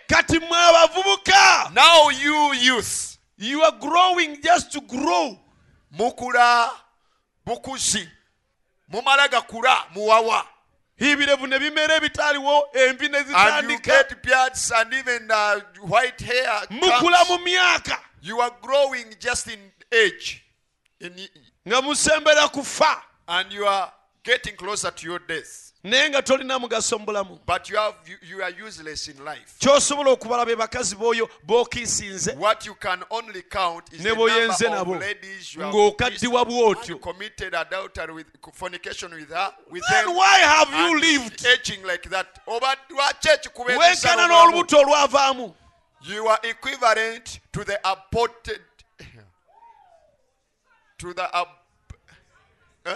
kati mwe abavubuka now you youth you are growing just to grow mukula bukuzi mumala gakula muwawa ebirevu ne bimera ebitaaliwo envi ne and you zitandika get beards and even uh, white hair mukula comes. mu myaka you are growing just in age in, nga musembera kufa and you are getting closer to your death naye nga tolina mugaso mu bulamu but you have you, you are useless in life ky'osobola okubala be bakazi b'oyo b'okiisinze what you can only count is Ne the bw'oyenze number nabo, of ladies you ng'okaddiwa have bw'otyo. and committed adultery with fornication with her with then them why have you and lived aging like that oba lwaki ekikubeereza wenkana obulamu? n'olubuto olwavaamu you are equivalent to the aborted to the ab- eh?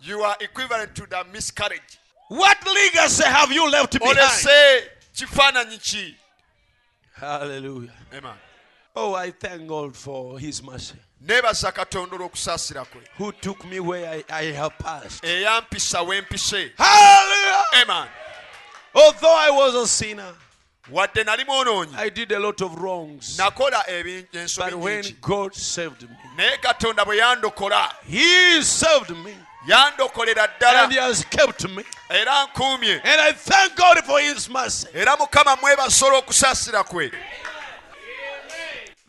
you are equivalent to the miscarriage what legacy have you left behind olese kifaananyi ki hallelujah Amen. oh i thank god for his mercy neebaza katonda olw'okusaasira kwe who took me where i, I have passed eyampisa wempise hallelujah Amen. although i was a sinner wadde nali mwonoonyi i did a lot of wrongs nakola ebi- ensobi but when nnyingi god saved me naye katonda bwe yandokola he saved me yandokolera and ddala He has kept me. era nkuumye And I thank God for His mercy. era mukama mwebasola okusaasira kwe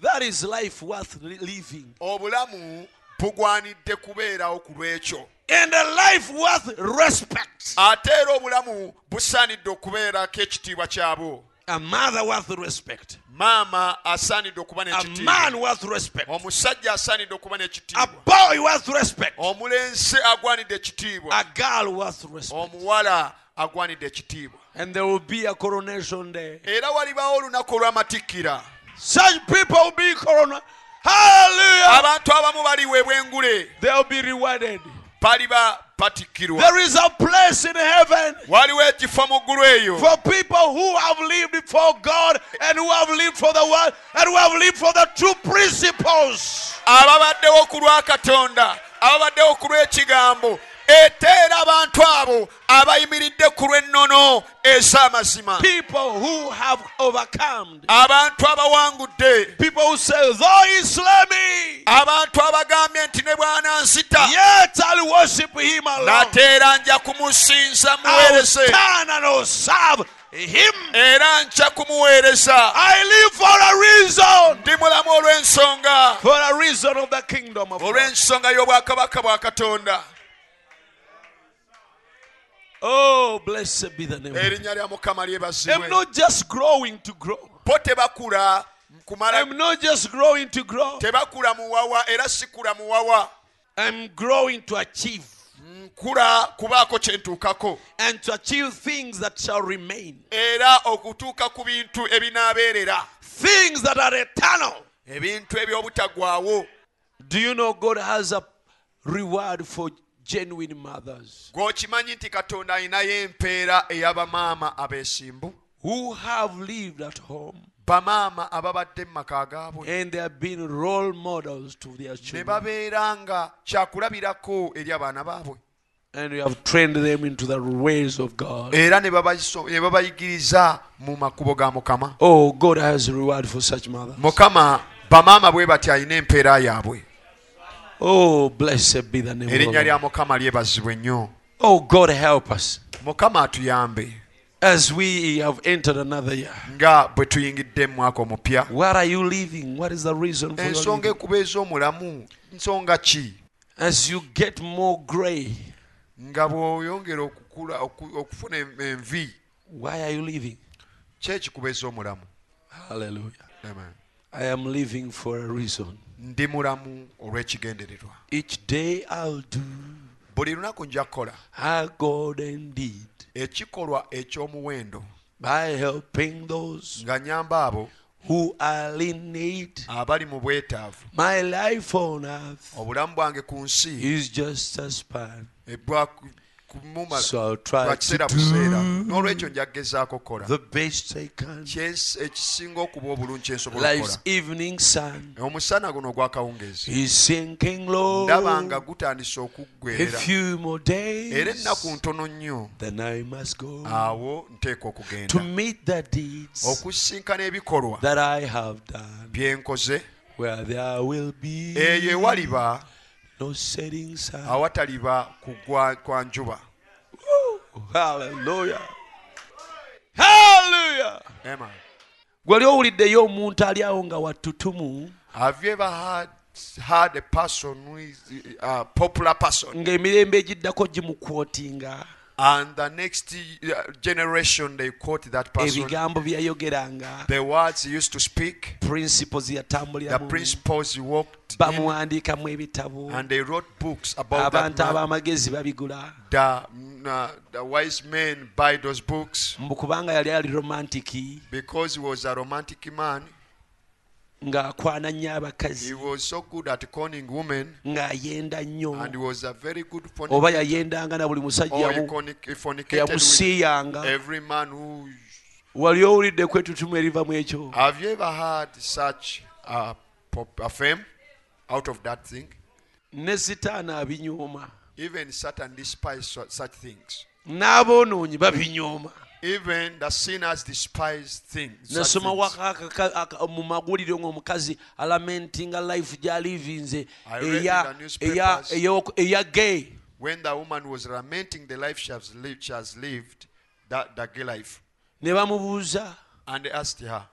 That is life worth li- living. obulamu bugwanidde kubeerawo ku lwekyo And a life worth respect. ate era obulamu busaanidde okubeerako ekitiibwa kyabwo A mother worth respect. maama asaanidde okuba A n'ekitiibwa man worth respect. omusajja asaanidde okuba A n'ekitiibwa boy worth respect. omulenzi agwanidde ekitiibwa A girl worth respect. omuwala agwanidde ekitiibwa And there will be a coronation day. era walibawo olunaku olw'amatikkira Such people will be coronated. Hallelujah. abantu abamu baliweebwa engule They'll be rewarded. baliba batikkirwa There is a place in heaven waliwo ekifo mu ggulu eyo for people who have lived for God and who have lived for the world and who have lived for the true principles. ababaddewo ku lwa katonda ababaddewo ku lw'ekigambo ete era abantu abo abayimiridde ku lw'ennono ez'amazima People who have overcome. abantu abawangudde People who say, Thou he slay me, abantu abagambye nti ne bw'anansita yet I'll worship him alone. nate era nja kumusinza I'll muweereze stand and I'll serve him. era nja kumuweereza I live for a reason. ndi mulamu olw'ensonga For a reason of the kingdom of God. olw'ensonga y'obwakabaka bwa katonda Oh, blessed be the name. of God. erinnya lya mukama I'm lyebazibwe not just growing to grow. bo tebakula kumala I'm not just growing to grow. tebakula muwawa era sikula muwawa I'm growing to achieve nkula kubaako kyentuukako and to achieve things that shall remain, era okutuuka ku bintu ebinaabeerera things that are eternal. ebintu eby'obutagwawo Do you know God has a reward for genuine mothers gw'okimanyi nti katonda ayinayo empeera ey'abamaama abeesimbu who have lived at home bamaama ababadde mu maka gaabwe and they have been role models to their ne children babeera nga kyakulabirako eri abaana baabwe and you have trained them into the ways of God? era ne babayiso- ne babayigiriza mu makubo ga mukama Oh, God has a reward for such mothers. mukama bamaama bwe bati ayina empeera yaabwe Oh, blessed be the name of erinnya the lya Lord. mukama lyebazibwe nnyo Oh, God, help us mukama atuyambe as we have entered another year. nga bwe tuyingidde mu mwaka omupya What are you living? What is the reason for your ensonga living? ekuba ez'omulamu nsonga ki As you get more gray, nga bw'oyongera okukula oku- okufuna em- envi why are you living? ki ekikuba ez'omulamu Hallelujah. Amen. I am living for a reason. ndi mulamu olw'ekigendererwa Each day I'll do buli lunaku nja kukola a golden deed ekikolwa eky'omuwendo by helping those nga nyamba abo who are in need. abali mu bwetaavu My life on earth obulamu bwange ku nsi is just a span. ebwa ku- kumumala So I'll lwa try to kiseera buseera do n'olwekyo nja kugezaako kukola the best I can. Kyes- ekisinga okuba obulungi kyensobola okukola Life's evening sun omusana guno ogwakawungeezi is sinking low. ndaba nga gutandise A okuggwerera few more era days, ennaku ntono nnyo then I must go awo nteeka okugenda to meet the deeds okusisinkana ebikolwa that I have done, bye nkoze where there will be eyo ewaliba no setting sun. awataliba kugwa kwa njuba Woo! Hallelujah. Hallelujah. Amen. gwali owuliddeyo omuntu ali awo nga wattutumu have you ever had, had a person who is a popular person ng'emirembe egiddako gimukwotinga and the next uh, generation they quote that person ebigambo byeyayogeranga the words he used to speak principles the yatambuliramu principles he walked in, bamuwandiikamu ebitabo and they wrote books about that abantu man. ab'amagezi babigula the, mm, uh, the wise men buy those books mbu kubanga yali ali romantiki because he was a romantic man. ng'akwana nnyo He abakazi was so good at conning women ng'ayenda nnyo and he was a very good oba fornicator. yayendanga na buli Or he, musajja mu- conni- he fornicated with yamusiiyanga every man who. wali owulidde kwetutumu erivamu ekyo Have you ever heard such a, pop, a fame out of that thing? ne sitaani abinyooma Even Satan despised su- such things. n'aboonoonyi babinyooma Even the sinners despise things. such things. nasomawako akaka- aka- mu maguliro ng'omukazi alamentinga life gy'alivinze I read in eya- the newspapers. eya eya- eya gay when the woman was lamenting the life she has lived, she has lived that daggy life, ne bamubuuza and asked her,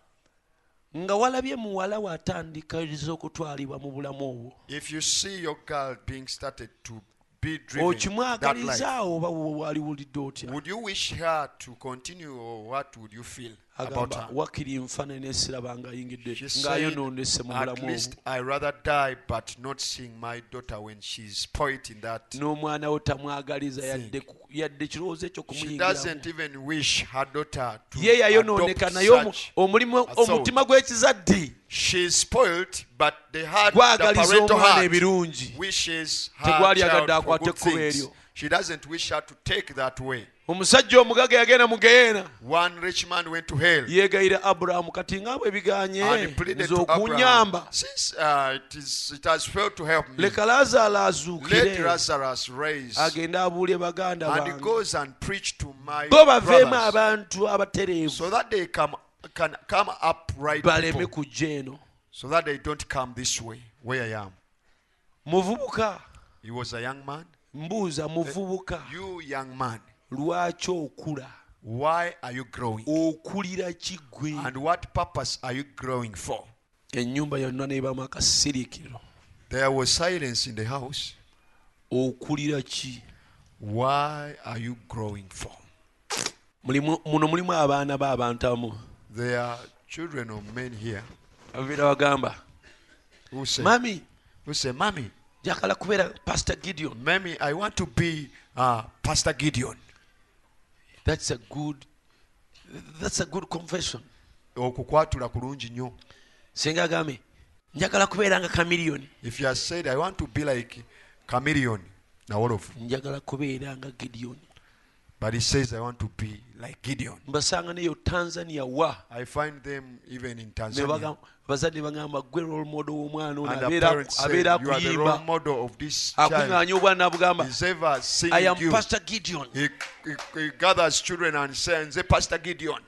nga walabye muwala we atandikiriza okutwalibwa mu bulamu obwo If you see your girl being started to be driven that life, okimwagalizaawo oba waliwulidde otya would you wish her to continue or what would you feel about agamba her? wakiri nfaanana esiraba ng'ayingidde She said, ng'ayononese mu At bulamu least obwo I rather die but not seeing my daughter when she's spoilt in that. n'omwana we tamwagaliza yadde ku- yadde kirowoozo ekyo She kumuyingiramu doesn't even wish her daughter to ye adopt yayonooneka naye omu- such. omulimu assault. omutima gw'ekizadde She's spoiled, but the heart, the gwagaliza parental omwana heart, ebirungi wishes her Tegwali child agadde for akwate good ekkubo things. eryo. She doesn't wish her to take that way. omusajja omugaga yagenda mu geyeena One rich man went to hell yeegayira abulamu kati nga bwe biganye and he pleaded nze to Abraham, okunyamba since uh, it, is, it has failed to help me, leka laazaalo let azuukire Lazarus rise agende abuule baganda and he bange goes and preach to my bo baveemu brothers abantu abatereevu so that they come, can come upright baleme people, kujja eno so that they don't come this way where I am. muvubuka He was a young man. mbuuza muvubuka You young man, lwaki okula why are you growing? okulira ki gwe And what purpose are you growing for? ennyumba yonna neebamu akasirikiro There was silence in the house. okulira ki Why are you growing for? Mulimu- muno mulimu abaana b'abantu amu There are children of men here ababeera bagamba who say, mami who say Mommy, njagala kubeera pastor gideon Mommy, I want to be uh, Pastor Gideon. that's a good that's a good confession okukwatula kulungi nnyo singa agambe njagala kubeera nga kamiliyoni if you have said i want to be like chameleon nawolofu njagala kubeera nga gidiyoni but he says i want to be like gideon mbasanga neyo tanzania wa i find them even in Ne tanzania bagamba- bazadde bagamba gwe role model w'omwana ono and the abeera parents say abeera you are the role akuyimba model of this child akuŋŋaanya obwana abugamba he's ever i singing am you pastor gideon he, he, he gathers children and says nze pastor gideon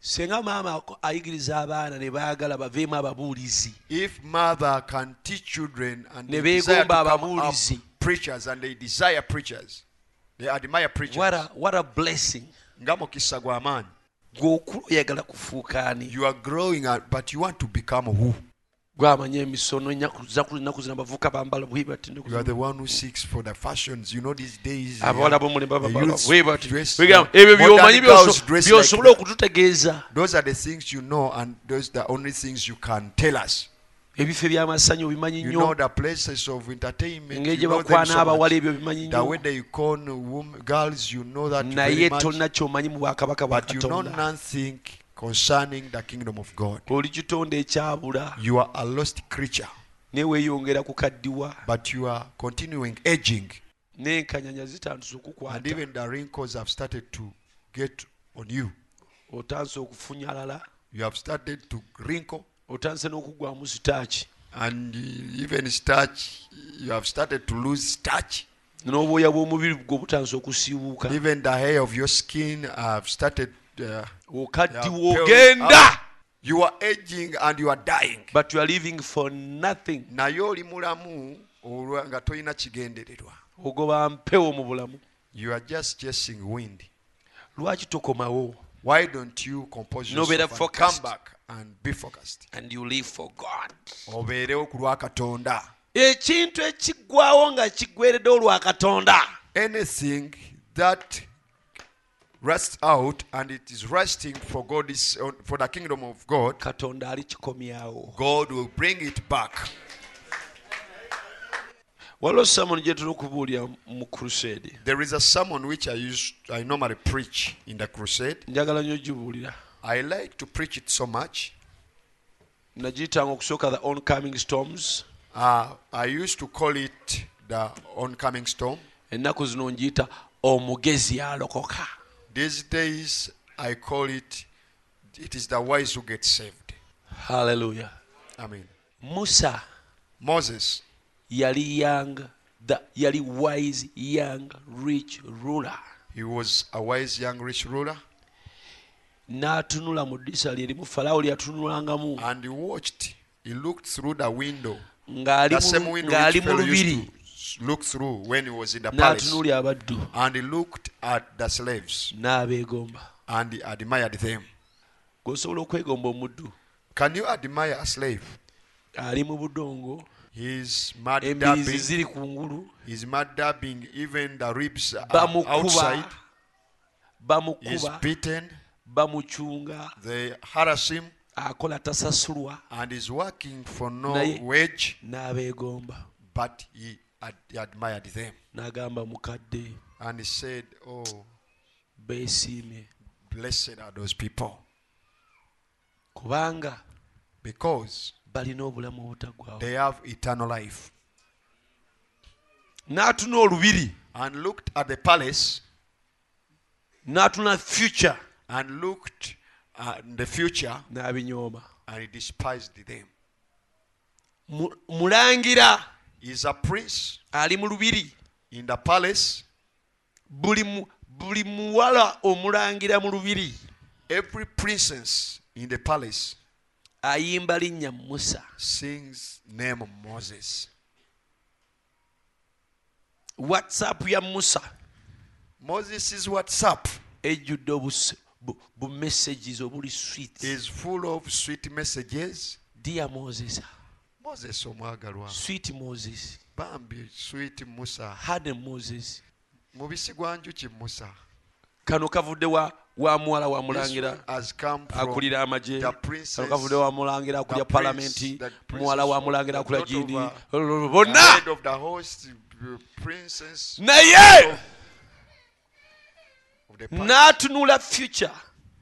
singa maama ako- ayigiriza abaana ne baagala baveemu ababuulizi if mother can teach children and they Ne desire to beegomba come up ababuulizi. preachers and they desire preachers they admire what preachers a, what a blessing nga mukisa gw'amaanyi gw'okulu oyagala kufuukaani you are growing up, but you want to become who? gwamanya emisono ennaku zaku- ennaku zino abavubuka bambala bwe bati You are the one who seeks for the fashions. You know these days. abawala yeah, b'omulembe the bambala youths bwe bati dress Bwegamba, like- ebyo modern by'omanyi girls by'oso- dress by'osobola like that. okututegeeza Those are the things you know, and those are the only things you can tell us. ebifo eby'amasanyu obimanyi You nnyo know the places of entertainment. engeri You gye know them bakwana so abawala much. ebyo obimanyi The way nnyo they call wom- girls, you know that very naye much. tonna kyomanyi mu bwakabaka bwa But you know katonda nothing concerning the kingdom of God. oli kitonda ekyabula You are a lost creature, naye weeyongera kukaddiwa but you are continuing aging. n'enkanyanya zitandise And okukwata even the wrinkles have started to get on you. otandise okufunyalala You have started to wrinkle, otandise n'okugwamu sitaaki and uh, even starch. You have started to lose starch. n'obwoya bw'omubiri gwe butandise okusiibuuka Even the hair of your skin have started. Uh, they have okaddiwa peeled ogenda up. You are aging and you are dying. but you are living for nothing naye oli mulamu olwa nga tolina kigendererwa ogoba mpewo mu bulamu you are just chasing wind lwaki tokomawo why don't you compose Nobeera yourself and come focused. back and be focused and you live for god obeerewo ku lwa katonda ekintu ekiggwawo nga kiggweredde olwa katonda anything that rests out and it is resting for God is for the kingdom of God, katonda alikikomyawo God will bring it back. waliwo samuno gye tuna okubuulira mu crusade There is a sermon which I used I normally preach in the crusade. njagala nnyo gibuulira I like to preach it so much. nagiyitanga okusooka the oncoming storms Uh, I used to call it the oncoming storm. ennaku zino ngiyita omugezi alokoka These days I call it it is the wise who get saved. halleluya Amen. musa Moses yali young the, yali wise young rich ruler he was a wise young rich ruler n'atunula mu ddisa lye limu falaawo lyatunulangamu and he watched he looked through the window ng'ali That same mu- window ng'ali which mu Pharaoh used lubiri to looked through when he was in the palace n'atunuulya abaddu and he looked at the slaves n'abeegomba and he admired them. gweosobola okwegomba omuddu Can you admire a slave? ali mu budongo He's mad embirizi dabbing. ziri ku ngulu He's mad dabbing. Even the ribs are outside. bamukuba He's bamukuba beaten. bamucunga They harass him akola tasasulwa and he's working for no Naye- wage, n'abeegomba but he ad- admired them. n'agamba mukadde And he said, Oh, beesiimye blessed are those people kubanga because balina obulamu obutagwawo they have eternal life. n'atuna olubiri And looked at the palace n'atuna future and looked at the future n'abinyooma and he despised them. Mu- mulangira He's a prince ali mu lubiri in the palace. buli mu- buli muwala omulangira mu lubiri Every princess in the palace ayimba linnya musa sings name of Moses. whatsapp ya musa Moses is WhatsApp ejjudde obus- bu- bumessages obuli sweet is full of sweet messages. dear moses Moses omwagalwa sweet moses bambi sweet Musa harden moses mubisi gwanjuki Musa. kano kavudde wa, wa muwala wa This mulangira has come from akulira amagye the princess, kano kavudde wa mulangira akulira the prince, palamenti the princess muwala wa of- mulangira akula not jini over- the bonna head of the host, the princess naye of the palace. n'atunula future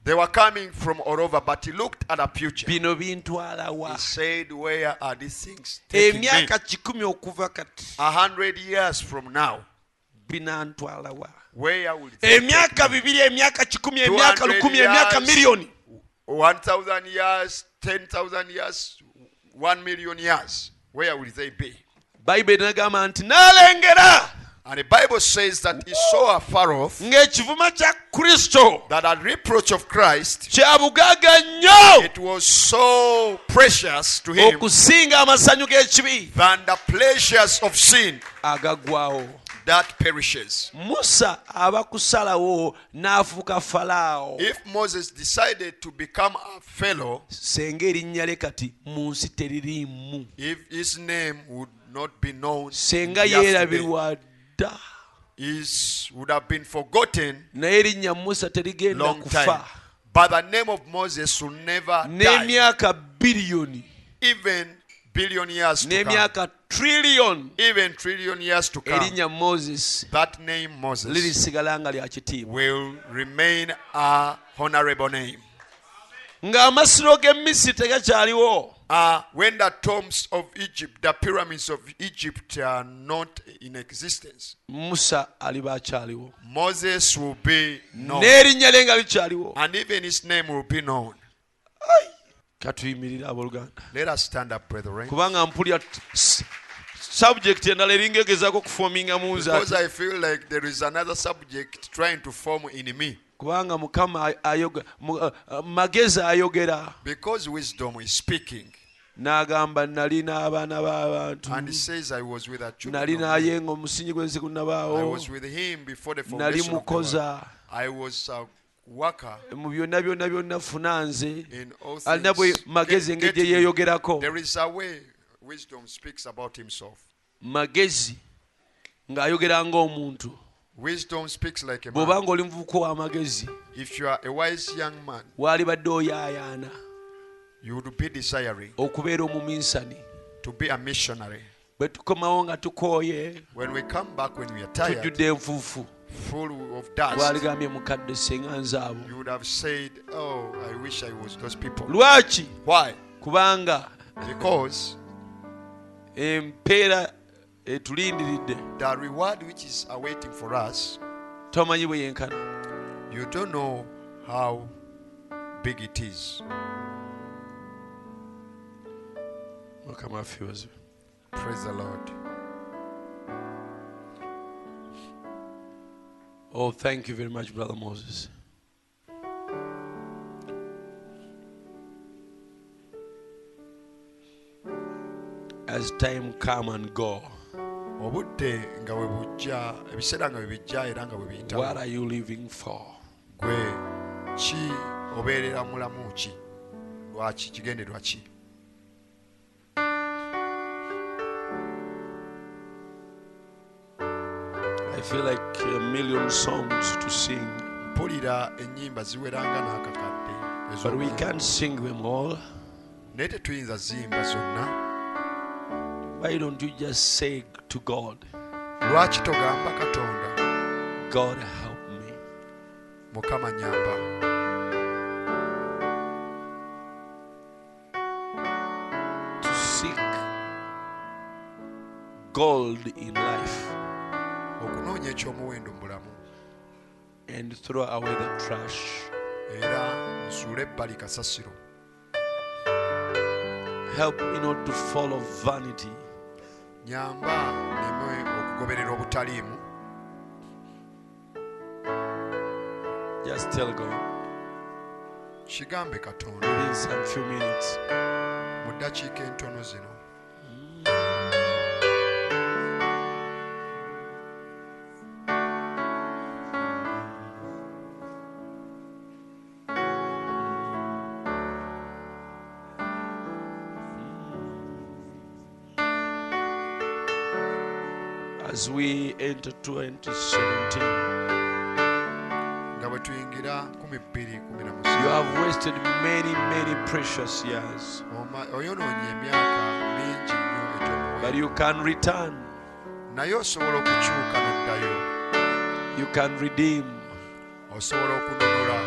They were coming from all over, but he looked at the future. bino bintwalawa He said, Where are these things taking me? emyaka kikumi okuva kati A hundred years from now, binantwalawa where will they emyaka bibiri emyaka kikumi emyaka 200 lukumi emyaka years. miliyoni One thousand years, ten thousand years, one million years. Where will they be? bayibuli nagamba nti n'alengera And the Bible says that he saw afar off Mm. ng'ekivuma kya kristo that at reproach of Christ, kya bugagga nnyo it was so precious to him okusinga amasanyu g'ekibi than the pleasures of sin agaggwawo that perishes. musa aba kusalawo n'afuuka falaawo If Moses decided to become a fellow, senga erinnya lye kati mu nsi teririimu if his name would not be known, senga yesterday, yeerabirwa dda his would have been forgotten naye erinnya musa terigenda long time. kufa But the name of Moses will never die, n'emyaka biliyoni even billion years to come, n'emyaka trillion even trillion years to come. erinnya moses That name, Moses, lirisigala nga lya kitiibwa will remain a honorable name. ng'amasiro g'emisiri tegakyaliwo Uh, when the tombs of Egypt, the pyramids of Egypt are not in existence, musa aliba akyaliwo Moses will be known. n'erinnya lye nga likyaliwo And even his name will be known. katuyimirira abooluganda Let us stand up, brethren. kubanga mpulya t- s- subject endala eringa egezaako okufominga mu nze Because ati- I feel like there is another subject trying to form in me. kubanga mukama ay- ayoga- mu- uh, uh, magezi ayogera Because wisdom is speaking. n'agamba nali n'abaana b'abantu And he says, I was with a Mm. nali children. of men. naye nga omusingi gw'ensi I gunnabaawo was with him before the nali formation of the world. mukoza I was a worker mu byonna byonna byonna funa nze in all alina bwe things. magezi Get- engeri get gye me. yeeyogerako There is a way wisdom speaks about himself. magezi ng'ayogera ng'omuntu Wisdom speaks like a man. bw'oba ng'oli muvubuka w'amagezi If you are a wise young man, waalibadde oyaayaana you would be desiring okubeera omuminsani to be a missionary. bwe tukomawo nga tukooye When we come back, when we are tired, tujjudde enfuufu full of dust, bwaligambye mukadde singa nzaabo you would have said, Oh, I wish I was those people. lwaki Why? kubanga eh, Because empeera eh, etulindiridde the reward which is awaiting for us, tomanyi bwe yenkana you don't know how big it is. mukama waffe yozwe Praise the Lord. oh thank you very much brother moses as time come and go obudde nga bwe bujja ebiseera nga bwe bijja era nga bwe biyita What are you living for? gwe ki obeerera mulamu ki lwaki kigenderwa ki I feel like a million songs to sing, mpulira ennyimba ziweranga n'akakadde but we ez'omu- can't sing them all. naye tetuyinza zimba zonna Why don't you just say to God, lwaki togamba katonda God help me? mukama nyamba to seek gold in life okunoonya ekyomuwendo mu bulamu and throw away the trash. era nsuula ebbali kasasiro Help me not to follow vanity. nyamba neme okugoberera obutaliimu Just tell God kigambe katonda within some few minutes. mu ddakiika entono zino As we enter 2017, you nga bwe tuyingira 1217 have wasted many, many precious years, oyonoonye emyaka mingi nnyo but egyomuwendo you can return, naye osobola okukyuka n'oddayo you can redeem. osobola okununula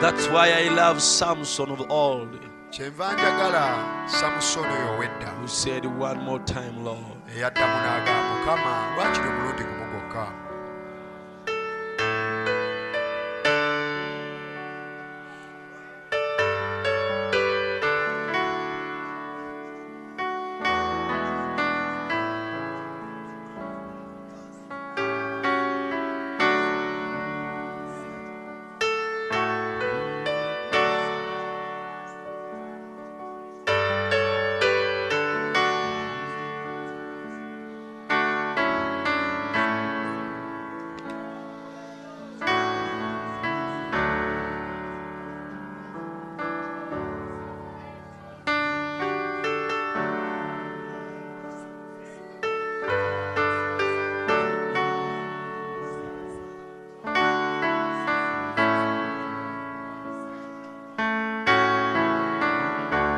That's why I love Samson of old, kyenva njagala samusoni oyo ow'edda who said, One more time, Lord, eyaddamu n'agamba mukama lwakiri